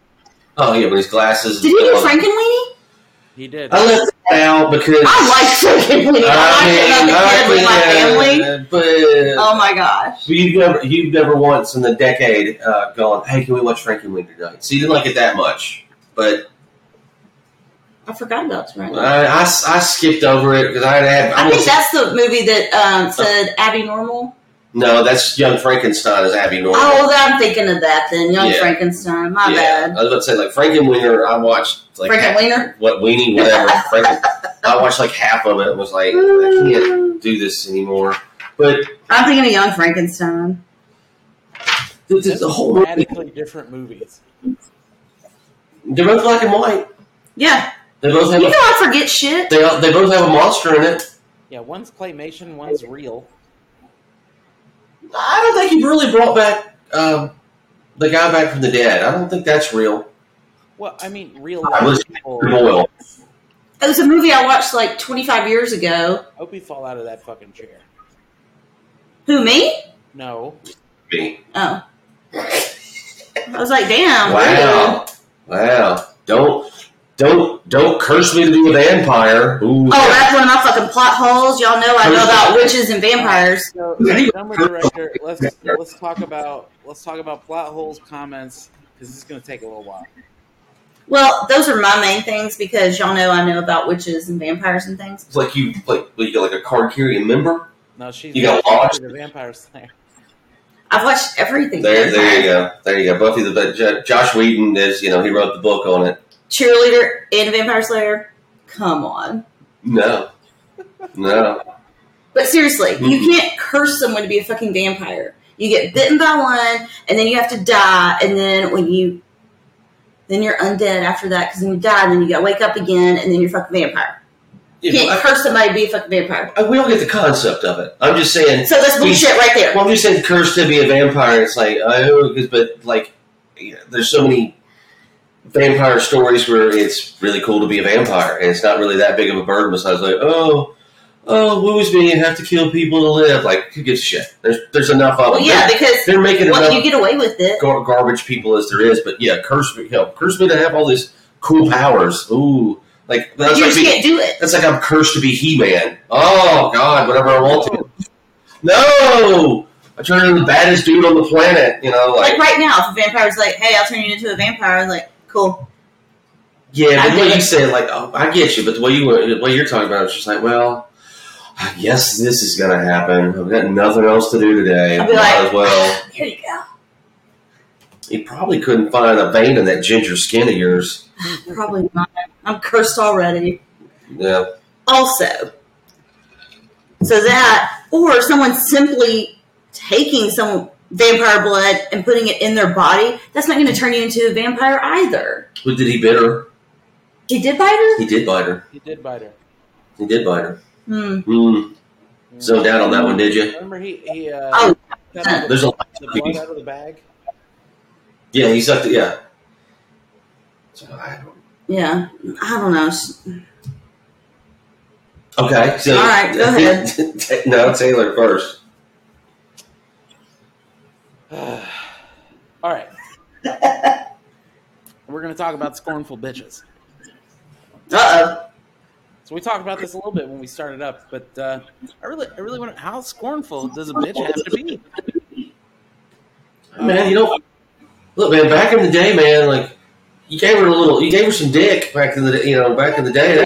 Speaker 4: Oh yeah, with his glasses.
Speaker 2: Did he do Frankenweenie?
Speaker 3: He did.
Speaker 4: I left that out because
Speaker 2: I like Frankenweenie. I like it about the kid with my family.
Speaker 4: But
Speaker 2: Oh my gosh.
Speaker 4: you've never, you've never once in the decade uh, gone, hey, can we watch Frankie Wing tonight? So you didn't like it that much, but
Speaker 2: I forgot about it.
Speaker 4: I,
Speaker 2: Right now.
Speaker 4: I, I skipped over it because I had.
Speaker 2: I think
Speaker 4: was-
Speaker 2: that's the movie that um, said Abby Normal.
Speaker 4: no, that's Young Frankenstein is Abby Norman.
Speaker 2: Oh, then I'm thinking of that then. Young
Speaker 4: Yeah.
Speaker 2: Frankenstein. My
Speaker 4: yeah,
Speaker 2: bad.
Speaker 4: I was about to say like Frankie Winger. I watched like
Speaker 2: Franken Wiener?
Speaker 4: what weenie whatever. Franken, I watched like half of it. and was like I can't do this anymore. But
Speaker 2: I'm thinking of Young Frankenstein.
Speaker 4: the, the, the whole movie,
Speaker 3: radically different movies.
Speaker 4: they're both black and white.
Speaker 2: Yeah.
Speaker 4: They both have
Speaker 2: You
Speaker 4: a
Speaker 2: know I forget shit.
Speaker 4: They, they both have a monster in it.
Speaker 3: Yeah, one's claymation, one's real.
Speaker 4: I don't think he really brought back um, the guy back from the dead. I don't think that's real.
Speaker 3: Well, I mean, real
Speaker 4: I
Speaker 3: life
Speaker 4: was-
Speaker 3: people.
Speaker 4: Boyle.
Speaker 2: It was a movie I watched like 25 years ago.
Speaker 3: Hope you fall out of that fucking chair.
Speaker 2: Who, me?
Speaker 3: No,
Speaker 4: Me.
Speaker 2: Oh. I was like, damn.
Speaker 4: Wow. Wow. Don't Don't don't curse me to be a vampire. Ooh,
Speaker 2: Oh, that's one of my fucking plot holes. Y'all know I know about witches and vampires.
Speaker 3: So,
Speaker 4: Yeah.
Speaker 3: number director, let's let's talk about let's talk about plot holes comments because this is going to take a little while.
Speaker 2: Well, those are my main things because y'all know I know about witches and vampires and things.
Speaker 4: It's like you like you got like a card carrying member.
Speaker 3: No, she's
Speaker 4: You got lost?
Speaker 3: the vampire slayer.
Speaker 2: I've watched everything.
Speaker 4: There, there you go. There you go. Buffy the but Jo- Josh Whedon is you know he wrote the book on it.
Speaker 2: Cheerleader and Vampire Slayer. Come on.
Speaker 4: No, no.
Speaker 2: But seriously,
Speaker 4: Mhm.
Speaker 2: you can't curse someone to be a fucking vampire. You get bitten by one, and then you have to die, and then when you, then you're undead after that because then you die, and then you got to wake up again, and then you're fucking vampire. You
Speaker 4: You know,
Speaker 2: can't curse somebody to be a fucking vampire.
Speaker 4: I, I, we don't get the concept of it. I'm just saying.
Speaker 2: So that's bullshit right there.
Speaker 4: Well, I'm just saying, cursed to be a vampire. It's like I know, but like, you know, there's so many vampire stories where it's really cool to be a vampire, and it's not really that big of a burden. Besides, like, oh, oh, woo is me, and have to kill people to live. Like, who gives a shit? There's there's enough of them.
Speaker 2: Well, yeah, because
Speaker 4: they're, they're making
Speaker 2: what
Speaker 4: enough
Speaker 2: you get away with it.
Speaker 4: gar- garbage people as there is. But yeah, curse me, you know, curse me to have all these cool powers. Ooh, like
Speaker 2: You
Speaker 4: that's like,
Speaker 2: just
Speaker 4: being,
Speaker 2: can't do it.
Speaker 4: that's like I'm cursed to be He-Man. Oh God, whatever I want to. No! I turned into the baddest dude on the planet, you know, like,
Speaker 2: Like right now, if a vampire's like, "Hey, I'll turn you into a vampire," like, cool.
Speaker 4: yeah, but
Speaker 2: I
Speaker 4: the way
Speaker 2: did
Speaker 4: you
Speaker 2: it.
Speaker 4: said, like, oh, I get you, but the way you were, the way you're talking about it, it's just like, well, I guess this is gonna happen. I've got nothing else to do today.
Speaker 2: I'd be
Speaker 4: Might
Speaker 2: like- "Ah,
Speaker 4: as well.
Speaker 2: Here you go.
Speaker 4: You probably couldn't find a vein in that ginger skin of yours.
Speaker 2: Probably not. I'm cursed already.
Speaker 4: Yeah.
Speaker 2: also. So that, or someone simply taking some vampire blood and putting it in their body, that's not going to turn you into a vampire either.
Speaker 4: But did he bit her?
Speaker 2: He did bite her?
Speaker 4: He did bite her.
Speaker 3: He did bite her.
Speaker 4: He did bite her.
Speaker 2: Hmm.
Speaker 4: Mm. Zoned out on that one, did you?
Speaker 3: Mm-hmm. Remember he he uh,
Speaker 2: Oh,
Speaker 3: cut all the-
Speaker 4: There's a
Speaker 3: the blood out of the bag.
Speaker 4: yeah. He sucked it. Yeah. So I don't
Speaker 2: Yeah. I don't know. S-
Speaker 4: Okay. So,
Speaker 2: All right, go
Speaker 4: ahead. no, Taylor first.
Speaker 3: All right. We're going to talk about scornful bitches.
Speaker 2: Uh-oh.
Speaker 3: So we talked about this a little bit when we started up, but uh, I really, I really want to. How scornful does a bitch have to be?
Speaker 4: Man, you know, look, man. Back in the day, man, like you gave her a little, you gave her some dick back in the, day, you know, back in the day.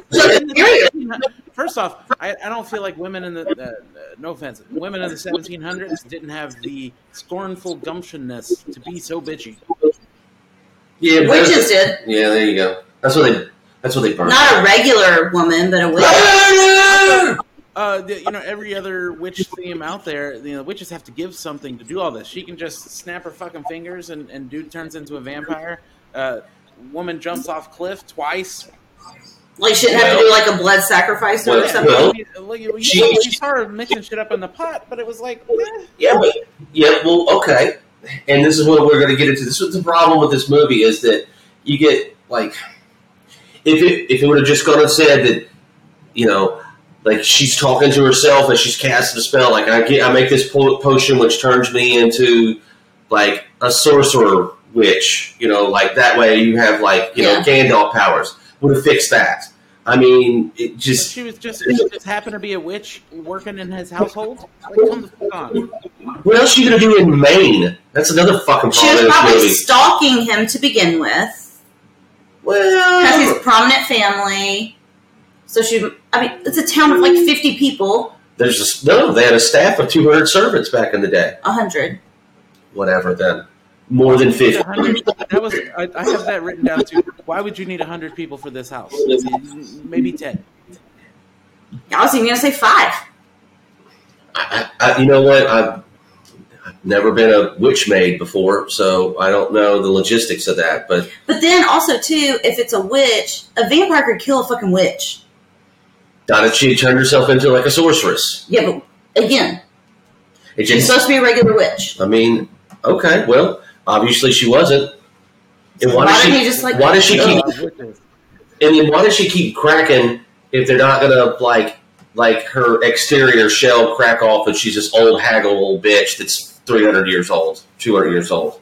Speaker 3: First off, I, I don't feel like women in the uh, uh, no offense, women in the 1700s didn't have the scornful gumptionness to be so bitchy.
Speaker 4: Yeah, but that's-
Speaker 2: Witches did.
Speaker 4: Yeah, there you go. That's what they. That's what they burned.
Speaker 2: Not a regular woman, but a witch.
Speaker 4: Murder!
Speaker 3: Uh, the, you know, every other witch theme out there, you know, witches have to give something to do all this. She can just snap her fucking fingers and, and dude turns into a vampire. Uh, woman jumps off cliff twice.
Speaker 2: Like, shouldn't have to do, like, a blood sacrifice or
Speaker 4: Well,
Speaker 2: something.
Speaker 4: well,
Speaker 3: Look, you,
Speaker 4: she-
Speaker 3: you
Speaker 4: she-
Speaker 3: saw her mixing shit up in the pot, but it was like, eh.
Speaker 4: Yeah, but yeah, well, okay. And this is what we're going to get into. This is the problem with this movie is that you get like if it if it would have just gone and said that you know like she's talking to herself and she's casting a spell like I get I make this po- potion which turns me into like a sorcerer witch you know like that way you have like you know
Speaker 2: Yeah.
Speaker 4: Gandalf powers would have fixed that. I mean, it
Speaker 3: But
Speaker 4: just
Speaker 3: she was just she just happened to be a witch working in his household. Like, come the fuck on.
Speaker 4: what else are you going to do in Maine? That's another fucking problem.
Speaker 2: She was
Speaker 4: in this
Speaker 2: probably
Speaker 4: movie.
Speaker 2: stalking him to begin with. because he's
Speaker 4: Well,
Speaker 2: a prominent family. So she, I mean, it's a town of like 50 people,
Speaker 4: there's a, no. They had a staff of 200 servants back in the day.
Speaker 2: 100.
Speaker 4: Whatever then, more than 50.
Speaker 2: Uh-huh.
Speaker 3: 100 That was I, I have that written down too. Why would you need hundred people for this house? Maybe ten.
Speaker 2: I was even going to say five.
Speaker 4: I, I, you know what? I've, I've never been a witch maid before, so I don't know the logistics of that. But
Speaker 2: But then also, too, if it's a witch, a vampire could kill a fucking witch.
Speaker 4: Donna she turned herself into like a sorceress.
Speaker 2: Yeah, but again,
Speaker 4: It
Speaker 2: she's
Speaker 4: just,
Speaker 2: supposed to be a regular witch.
Speaker 4: I mean, okay, well, obviously she wasn't. And why,
Speaker 2: Why
Speaker 4: does
Speaker 2: didn't
Speaker 4: she?
Speaker 2: he just like?
Speaker 4: why does she keep
Speaker 3: Uh, witches.
Speaker 4: And then why does she keep cracking if they're not gonna like like her exterior shell crack off and she's this old haggle old bitch that's three hundred years old, two hundred years old.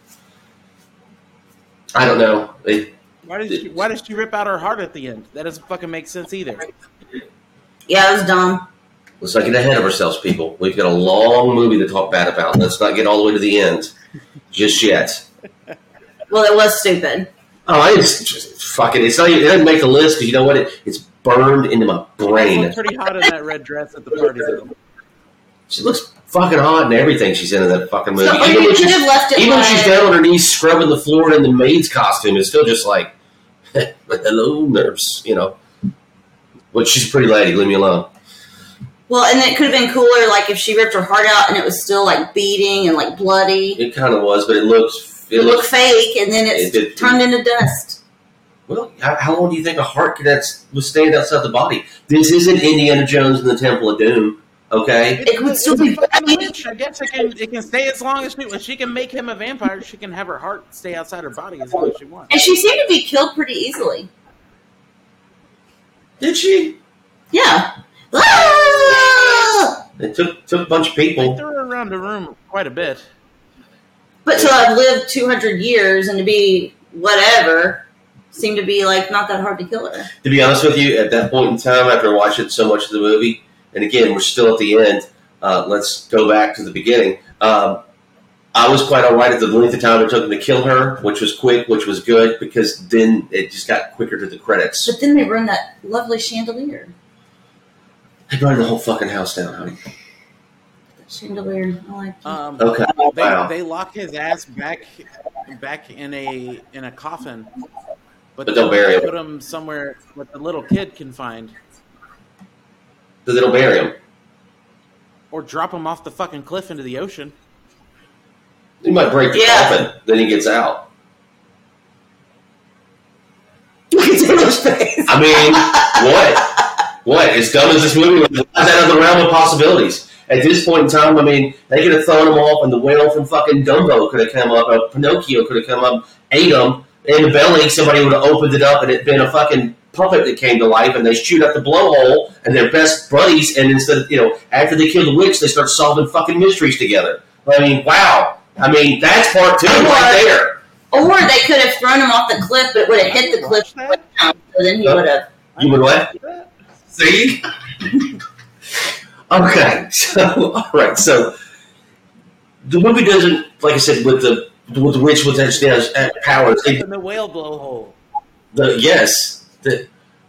Speaker 4: I don't know. It,
Speaker 3: Why did she, why did she rip out her heart at the end? That doesn't fucking make sense either.
Speaker 2: Yeah, it was dumb.
Speaker 4: Let's not get ahead of ourselves, people. We've got a long movie to talk bad about. Let's not get all the way to the end just yet.
Speaker 2: Well, it was stupid.
Speaker 4: Oh, it's just fucking. It's not. Even, it doesn't make the list because you know what? It, it's burned into my
Speaker 3: She
Speaker 4: brain.
Speaker 3: looked pretty hot in that red dress at the party. though.
Speaker 4: She looks fucking hot and everything she's in in that fucking movie.
Speaker 2: So, or
Speaker 4: even
Speaker 2: you
Speaker 4: when
Speaker 2: could
Speaker 4: she's,
Speaker 2: have left it
Speaker 4: even when
Speaker 2: like,
Speaker 4: she's down on her knees scrubbing the floor in the maid's costume, it's still just like, hello, nurse. You know, but she's a pretty lady. Leave me alone.
Speaker 2: well, and it could have been cooler, like if she ripped her heart out and it was still like beating and like bloody.
Speaker 4: It kind of was, but it looks.
Speaker 2: It,
Speaker 4: It
Speaker 2: looked
Speaker 4: looks.
Speaker 2: fake, and then it's
Speaker 4: it did-
Speaker 2: turned into dust.
Speaker 4: Well, how, how long do you think a heart could that's- withstand outside the body? This isn't Indiana Jones and the Temple of Doom. Okay,
Speaker 2: It would still be. I mean,
Speaker 3: Which I guess it can it can stay as long as she when she can make him a vampire, she can have her heart stay outside her body as long as she wants.
Speaker 2: and she seemed to be killed pretty easily.
Speaker 4: did she?
Speaker 2: Yeah. Ah!
Speaker 4: It took took a bunch of
Speaker 3: They
Speaker 4: people.
Speaker 3: threw her around the room quite a bit.
Speaker 2: But to have lived 200 years and to be whatever seemed to be like not that hard to kill her.
Speaker 4: To be honest with you, at that point in time, after watching so much of the movie, and again, we're still at the end. Uh, let's go back to the beginning. Um, I was quite all right at the length of time it took them to kill her, which was quick, which was good, because then it just got quicker to the credits.
Speaker 2: But then they ruined that lovely chandelier.
Speaker 4: They burned the whole fucking house down, honey.
Speaker 2: That chandelier, I like it.
Speaker 4: Oh.
Speaker 3: Um,
Speaker 4: Okay.
Speaker 3: they,
Speaker 4: Wow.
Speaker 3: they lock his ass back back in a in a coffin,
Speaker 4: But don't bury him.
Speaker 3: Put him somewhere what the little kid can find,
Speaker 4: So they don't bury him.
Speaker 3: or drop him off the fucking cliff into the ocean.
Speaker 4: He might break the
Speaker 2: Yeah.
Speaker 4: coffin, then he gets out.
Speaker 2: Look at Taylor's face.
Speaker 4: I mean, what? What? As dumb as this movie was, it's out of the realm of possibilities. At this point in time, I mean, they could have thrown him off, and the whale from fucking Dumbo could have come up, or Pinocchio could have come up, ate him in the belly. Somebody would have opened it up, and it'd been a fucking puppet that came to life, and they shoot out the blowhole, and they're best buddies. And instead, of, you know, after they kill the witch, they start solving fucking mysteries together. I mean, wow. I mean, that's part two right there.
Speaker 2: Or they could have thrown him off the cliff, but it would have hit the cliff.
Speaker 3: Watch that.
Speaker 2: So then he would have.
Speaker 4: You would what? See? okay, so all right, so the movie doesn't, like I said, with the with the witch with that does powers. It,
Speaker 3: In the whale blowhole.
Speaker 4: the yes, the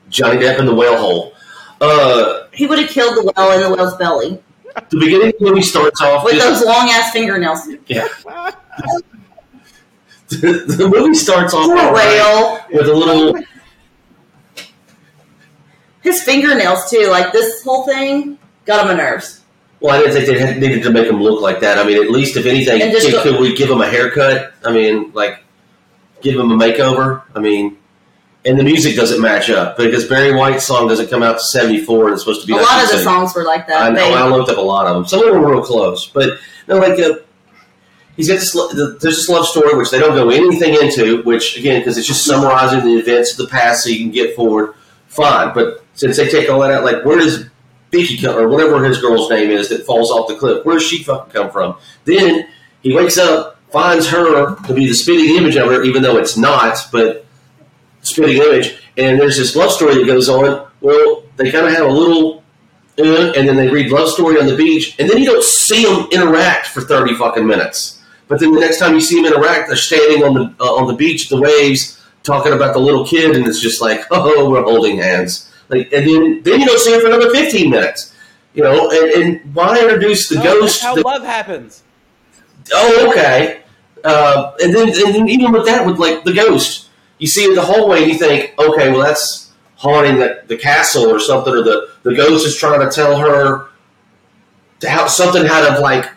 Speaker 4: Johnny Depp in the whale hole. Uh,
Speaker 2: He would have killed the whale in the whale's belly
Speaker 4: the beginning of the movie starts off
Speaker 2: with
Speaker 4: just-
Speaker 2: those long ass fingernails.
Speaker 4: yeah. the, the movie starts off
Speaker 2: Poor
Speaker 4: all Oh, right
Speaker 2: whale.
Speaker 4: with a little
Speaker 2: His fingernails too. Like this whole thing got him my nerves.
Speaker 4: Well, I didn't think they had, needed to make him look like that. I mean, at least if anything,
Speaker 2: And just
Speaker 4: could,
Speaker 2: go-
Speaker 4: could we give him a haircut? I mean, like give him a makeover. I mean, and the music doesn't match up because Barry White's song doesn't come out to seventy four, and it's supposed to be
Speaker 2: A lot of the
Speaker 4: 1970.
Speaker 2: songs were like that.
Speaker 4: I know.
Speaker 2: They-
Speaker 4: I looked up a lot of them. Some of them were real close, but no, like uh, he's got this. lo- the- There's this love story which they don't go anything into, which again, because it's just summarizing the events of the past so you can get forward. Fine, but since they take all that out, like where does Vicky come or whatever his girl's name is that falls off the cliff? Where does she fucking come from? Then he wakes up, finds her to be the spitting image of her, even though it's not, but spitting image. And there's this love story that goes on. Well, they kind of have a little uh, and then they read love story on the beach, and then you don't see them interact for thirty fucking minutes. But then the next time you see them interact, they're standing on the uh, on the beach, the waves, talking about the little kid, and it's just like, oh, we're holding hands. Like, and then then you don't see them for another fifteen minutes. You know, and, and why introduce the
Speaker 3: No, that's
Speaker 4: ghost?
Speaker 3: how
Speaker 4: the-
Speaker 3: love happens.
Speaker 4: oh, okay. Uh, and then and then even with that, with like the ghost, you see in the hallway, and you think, okay, well that's haunting the, the castle or something, or the, the ghost is trying to tell her to how something how to like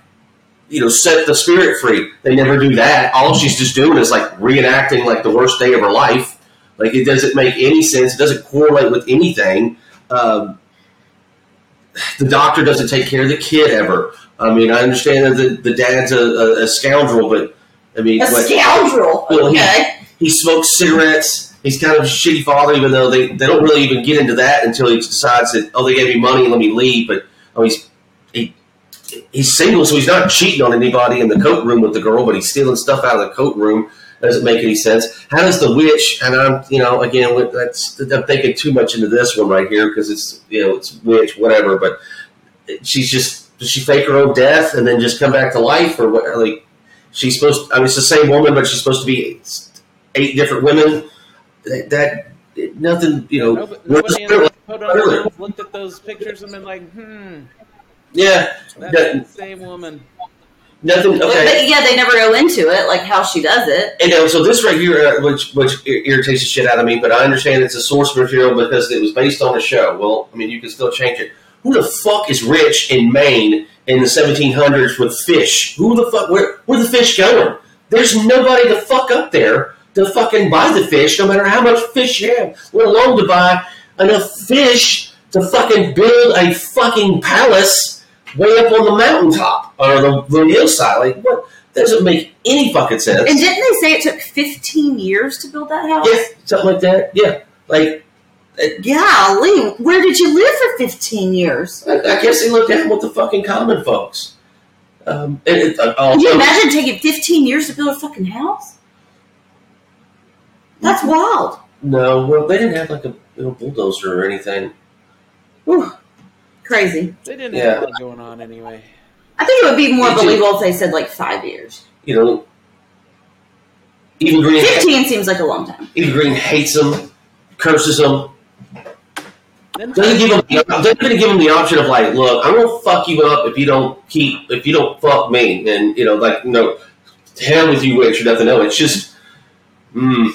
Speaker 4: you know set the spirit free. They never do that. All she's just doing is like reenacting like the worst day of her life. Like it doesn't make any sense. It doesn't correlate with anything. Um, the doctor doesn't take care of the kid ever. I mean, I understand that the, the dad's a, a, a scoundrel, but I mean,
Speaker 2: A
Speaker 4: what-
Speaker 2: scoundrel.
Speaker 4: Well, he-
Speaker 2: okay.
Speaker 4: he smokes cigarettes. He's kind of a shitty father, even though they, they don't really even get into that until he decides that oh they gave me money, let me leave. But oh he's he he's single, so he's not cheating on anybody in the coat room with the girl, but he's stealing stuff out of the coat room. That doesn't make any sense. How does the witch? And I'm, you know, again, with- that's I'm thinking too much into this one right here because it's, you know, it's witch, whatever. But she's just does she fake her own death and then just come back to life, or what? or, Like she's supposed? I mean, it's the same woman, but she's supposed to be eight different women. That, that nothing, you know.
Speaker 3: Nobody, nobody in the photo looked at those pictures and been like, hmm,
Speaker 4: yeah,
Speaker 3: that's
Speaker 4: Yeah.
Speaker 3: the same woman.
Speaker 4: nothing.
Speaker 2: But-
Speaker 4: Okay.
Speaker 2: But yeah, they never go into it, like how she does it.
Speaker 4: And uh, so this right here, uh, which which ir- irritates the shit out of me, but I understand it's a source material because it was based on a show. Well, I mean, you can still change it. Who the fuck is rich in Maine in the 1700s with fish? Who the fuck? Where where the fish going? There's nobody to fuck up there to fucking buy the fish, no matter how much fish you have, let alone to buy enough fish to fucking build a fucking palace way up on the mountaintop or the, the hillside. Like what? That doesn't make any fucking sense.
Speaker 2: And didn't they say it took 15 years to build that house?
Speaker 4: Yeah, something like that. Yeah, like
Speaker 2: Yeah, Lee, where did you live for 15 years?
Speaker 4: I, I guess they looked down with the fucking common folks. Um, and it, uh,
Speaker 2: Can you
Speaker 4: also,
Speaker 2: imagine taking 15 years to build a fucking house? That's wild.
Speaker 4: no, well, they didn't have like a you know, bulldozer or anything.
Speaker 2: Whew. Crazy.
Speaker 3: They didn't
Speaker 4: Yeah.
Speaker 3: have a lot going on anyway.
Speaker 2: I think it would be more
Speaker 4: Did you-
Speaker 2: believable if they said like five years.
Speaker 4: You know, even Green,
Speaker 2: 15 seems like a long time.
Speaker 4: even Green hates them, curses them.
Speaker 3: Then
Speaker 4: Doesn't give them, doesn't really give them the option of like, look, I'm gonna fuck you up if you don't keep, if you don't fuck me, and you know, like, no, to hell with you, witch or nothing. No, it's just, hmm,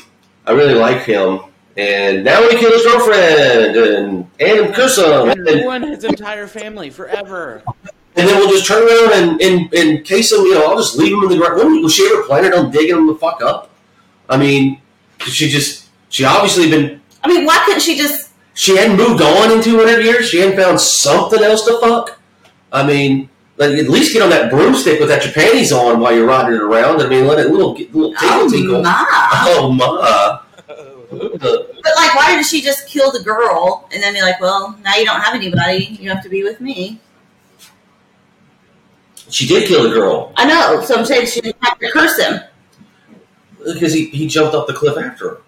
Speaker 4: I really like him, and now he killed his girlfriend, and and curse him,
Speaker 3: and
Speaker 4: and, and
Speaker 3: ruin his entire family forever.
Speaker 4: then we'll just turn around and and and case him. You know, I'll just leave him in the ground. When was she ever planning on digging him the fuck up? I mean, she just, she obviously been
Speaker 2: I mean, why couldn't she just
Speaker 4: she hadn't moved on in 200 years. She hadn't found something else to fuck. I mean, like, at least get on that broomstick without your panties on while you're riding it around. I mean, let it little get little tingle
Speaker 2: Oh
Speaker 4: tingle.
Speaker 2: my!
Speaker 4: Oh my!
Speaker 2: But like, why didn't she just kill the girl and then be like, "Well, now you don't have anybody. You have to be with me."
Speaker 4: She did kill the girl
Speaker 2: I know. So I'm saying she didn't have to curse him.
Speaker 4: because he, he jumped off the cliff after her.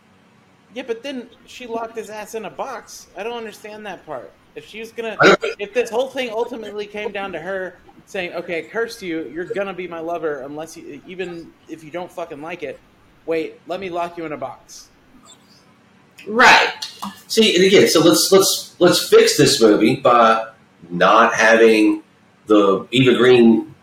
Speaker 3: Yeah, but then she locked his ass in a box. I don't understand that part. If she was gonna,
Speaker 4: I don't-
Speaker 3: if this whole thing ultimately came down to her saying, "Okay, I cursed you. You're gonna be my lover, unless you, even if you don't fucking like it." Wait, let me lock you in a box.
Speaker 2: Right.
Speaker 4: See, and again, so let's let's let's fix this movie by not having the Eva Green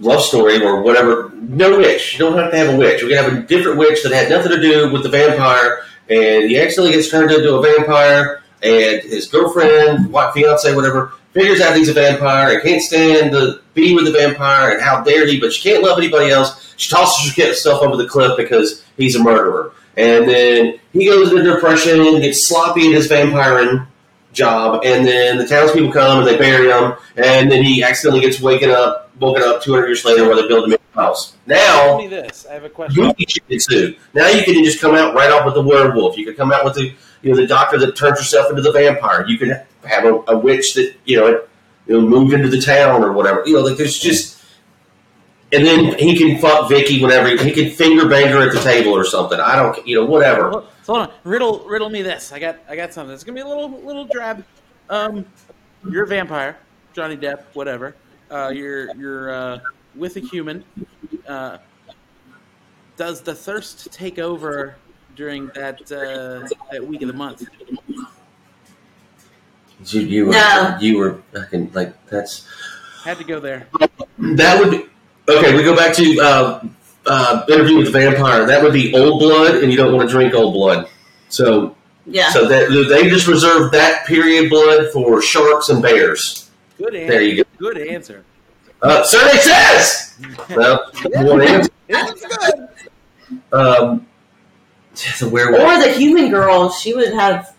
Speaker 4: love story or whatever. No witch. You don't have to have a witch. We can have a different witch that had nothing to do with the vampire, and he accidentally gets turned into a vampire, and his girlfriend, what fiance, whatever, figures out he's a vampire and can't stand to be with the vampire, and how dare he? But she can't love anybody else. She tosses herself over the cliff because he's a murderer. And then he goes into depression and gets sloppy at his vampiring job. And then the townspeople come and they bury him. And then he accidentally gets waken up, woken up 200 years later where they build him a house.
Speaker 3: Tell
Speaker 4: Now,
Speaker 3: me this. I have a question.
Speaker 4: movie shit ensued. Now you can just come out right off with the werewolf. You could come out with the you know the doctor that turns herself into the vampire. You could have a, a witch that you know, you know moved into the town or whatever. You know, like there's just. And then he can fuck Vicky whenever he, he can finger bang her at the table or something. I don't, you know, whatever.
Speaker 3: Hold hold on. Riddle, riddle me this. I got, I got something. It's gonna be a little, little drab. Um, you're a vampire, Johnny Depp, whatever. Uh, you're, you're uh, with a human. Uh, does the thirst take over during that uh, that week of the month?
Speaker 4: Dude, you were
Speaker 2: No.
Speaker 4: you were fucking like that's
Speaker 3: Had to go there.
Speaker 4: that would be okay. We go back to uh, uh, interview with the vampire. That would be old blood, and you don't want to drink old blood. So
Speaker 2: Yeah.
Speaker 4: so that they just reserve that period blood for sharks and bears.
Speaker 3: Good answer.
Speaker 4: There you go.
Speaker 3: Good answer.
Speaker 4: Uh, survey says. Well, one answer.
Speaker 3: It was good.
Speaker 4: Um, the werewolf.
Speaker 2: or the human girl, she would have.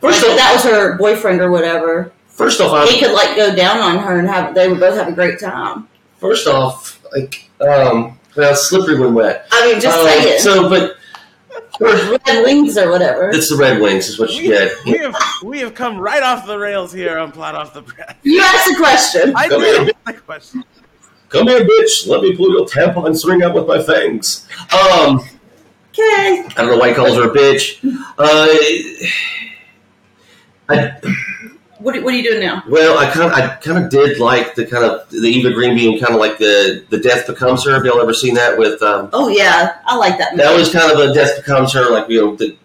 Speaker 4: First
Speaker 2: like, if
Speaker 4: off,
Speaker 2: that was her boyfriend or whatever.
Speaker 4: first off, I'm,
Speaker 2: He could like go down on her and have they would both have a great time.
Speaker 4: first off, like um, well, it's slippery when wet.
Speaker 2: I mean, just
Speaker 4: Um,
Speaker 2: say it.
Speaker 4: So, but.
Speaker 2: Red wings or whatever.
Speaker 4: It's the Red Wings, is what
Speaker 3: We,
Speaker 4: you get.
Speaker 3: we have we have come right off the rails here on plot off the press.
Speaker 2: You asked the question.
Speaker 3: I
Speaker 4: Go
Speaker 3: did.
Speaker 4: ahead.
Speaker 3: That's my question.
Speaker 4: Come here, bitch. Let me pull your tampon string out with my fangs. Um,
Speaker 2: Okay.
Speaker 4: I don't know why he calls her a bitch. Uh, I,
Speaker 2: What, what are you doing now?
Speaker 4: well, I kind of, I kind of did like the kind of the Eva Green being kind of like the the death becomes her. Have y'all ever seen that with? Um,
Speaker 2: Oh yeah, I like that.
Speaker 4: that was kind of a death becomes her, like you know the.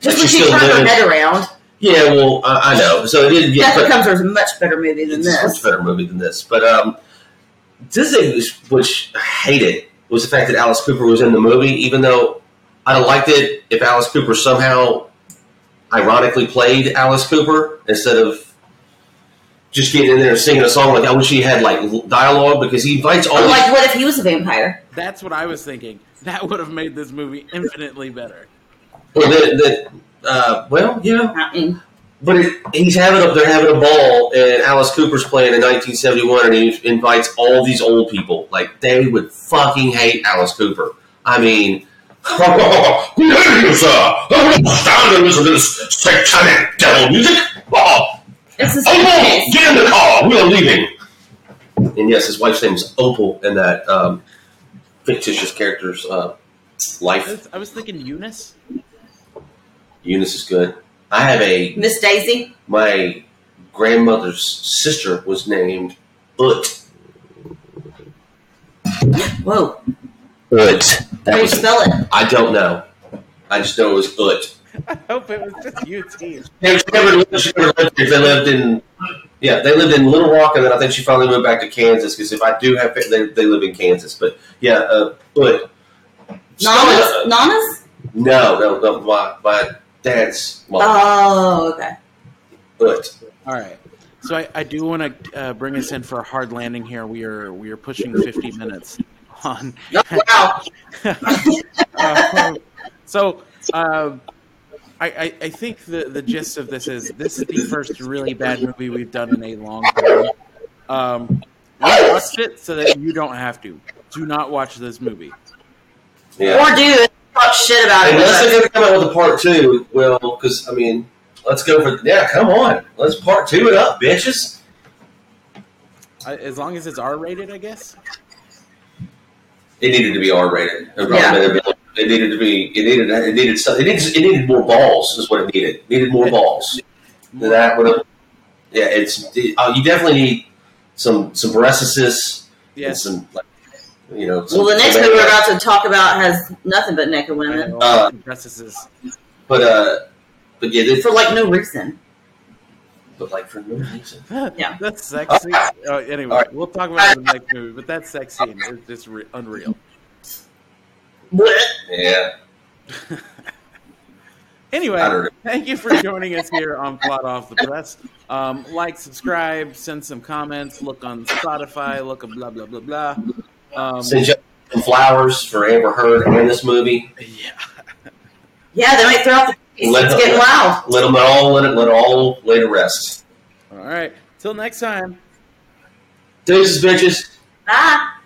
Speaker 2: just when
Speaker 4: like she's
Speaker 2: she
Speaker 4: still
Speaker 2: turned her
Speaker 4: living.
Speaker 2: head around.
Speaker 4: Yeah, well, I, I know. So it didn't get.
Speaker 2: Death
Speaker 4: but-
Speaker 2: Becomes Her is a much better movie than
Speaker 4: it's a much
Speaker 2: this.
Speaker 4: better movie than this. But um, Disney, was- which I hated, was the fact that Alice Cooper was in the movie, even though I'd have liked it if Alice Cooper somehow ironically played Alice Cooper instead of just getting in there and singing a song like I wish he had like l- dialogue because he invites all
Speaker 2: But
Speaker 4: these
Speaker 2: like, what if he was a vampire?
Speaker 3: That's what I was thinking. That would have made this movie infinitely better.
Speaker 4: well, the, the, uh, well, yeah.
Speaker 2: I mean,
Speaker 4: But it, he's having a, they're having a ball, and Alice Cooper's playing in 1971, and he invites all these old people. Like they would fucking hate Alice Cooper. I mean, ladies, uh, I'm not standing listening to this satanic devil music. Oh,
Speaker 2: it's the same
Speaker 4: Opal,
Speaker 2: case.
Speaker 4: get in the car. We are leaving. And yes, his wife's name is Opal, and that um, fictitious character's uh,
Speaker 3: I
Speaker 4: life.
Speaker 3: was, I was thinking Eunice.
Speaker 4: Eunice is good. I have a
Speaker 2: Miss Daisy.
Speaker 4: my grandmother's sister was named Ut.
Speaker 2: Whoa,
Speaker 4: Ut.
Speaker 2: how
Speaker 4: That
Speaker 2: do you
Speaker 4: was,
Speaker 2: spell it?
Speaker 4: I don't know. I just know it was Ut.
Speaker 3: I hope it was just UT.
Speaker 4: They never lived, she never lived here. They lived in, yeah, they lived in Little Rock, and then I think she finally moved back to Kansas because if I do have, they, they live in Kansas. But yeah, uh, Ut.
Speaker 2: Nanas. Nanas.
Speaker 4: No, no, no, my, my dad's mom,
Speaker 2: Oh, okay.
Speaker 4: Ut.
Speaker 3: All right. So I, I do want to uh, bring us in for a hard landing here. We are we are pushing 50 minutes on.
Speaker 2: Wow.
Speaker 3: Um, so um, I, I, I think the, the gist of this is this is the first really bad movie we've done in a long time. Um, I watched it so that you don't have to. Do not watch this movie.
Speaker 4: Yeah.
Speaker 2: Or do it. talk shit about it.
Speaker 4: Unless they're going to come out with a part two, well, because I mean, let's go for yeah. Come on, let's part two it up, bitches.
Speaker 3: I, Uh, as long as it's R rated, I guess.
Speaker 4: It needed to be R rated.
Speaker 2: Yeah.
Speaker 4: It needed to be. It needed. It needed. some- It needed. It needed more balls. Is what it needed. It needed more balls. That would have. Yeah, it's. uh, you definitely need some some paresthesis and
Speaker 3: Yes.
Speaker 4: some like, you know. Some,
Speaker 2: Well, the next
Speaker 4: some-
Speaker 2: movie we're about to talk about has nothing but naked women
Speaker 4: Uh,
Speaker 3: Justices.
Speaker 4: But uh, but yeah, they,
Speaker 2: for like no reason.
Speaker 4: but like for no reason.
Speaker 2: yeah.
Speaker 3: That's sexy. Uh, anyway,
Speaker 4: All right.
Speaker 3: we'll talk about it in the next movie, but that sex scene is just re- unreal.
Speaker 2: Blech.
Speaker 4: Yeah, I
Speaker 3: Anyway,
Speaker 4: don't know.
Speaker 3: thank you for joining us here on Plot Off the Press. Um, like, subscribe, send some comments, look on Spotify, look at blah, blah, blah, blah. Um,
Speaker 4: Send you some flowers for Amber Heard and this movie.
Speaker 3: yeah.
Speaker 2: Yeah, they might throw out the. It's getting loud.
Speaker 4: Let them all let it let all lay to rest.
Speaker 3: All right. Till next time.
Speaker 4: Deuces, bitches.
Speaker 2: Bye.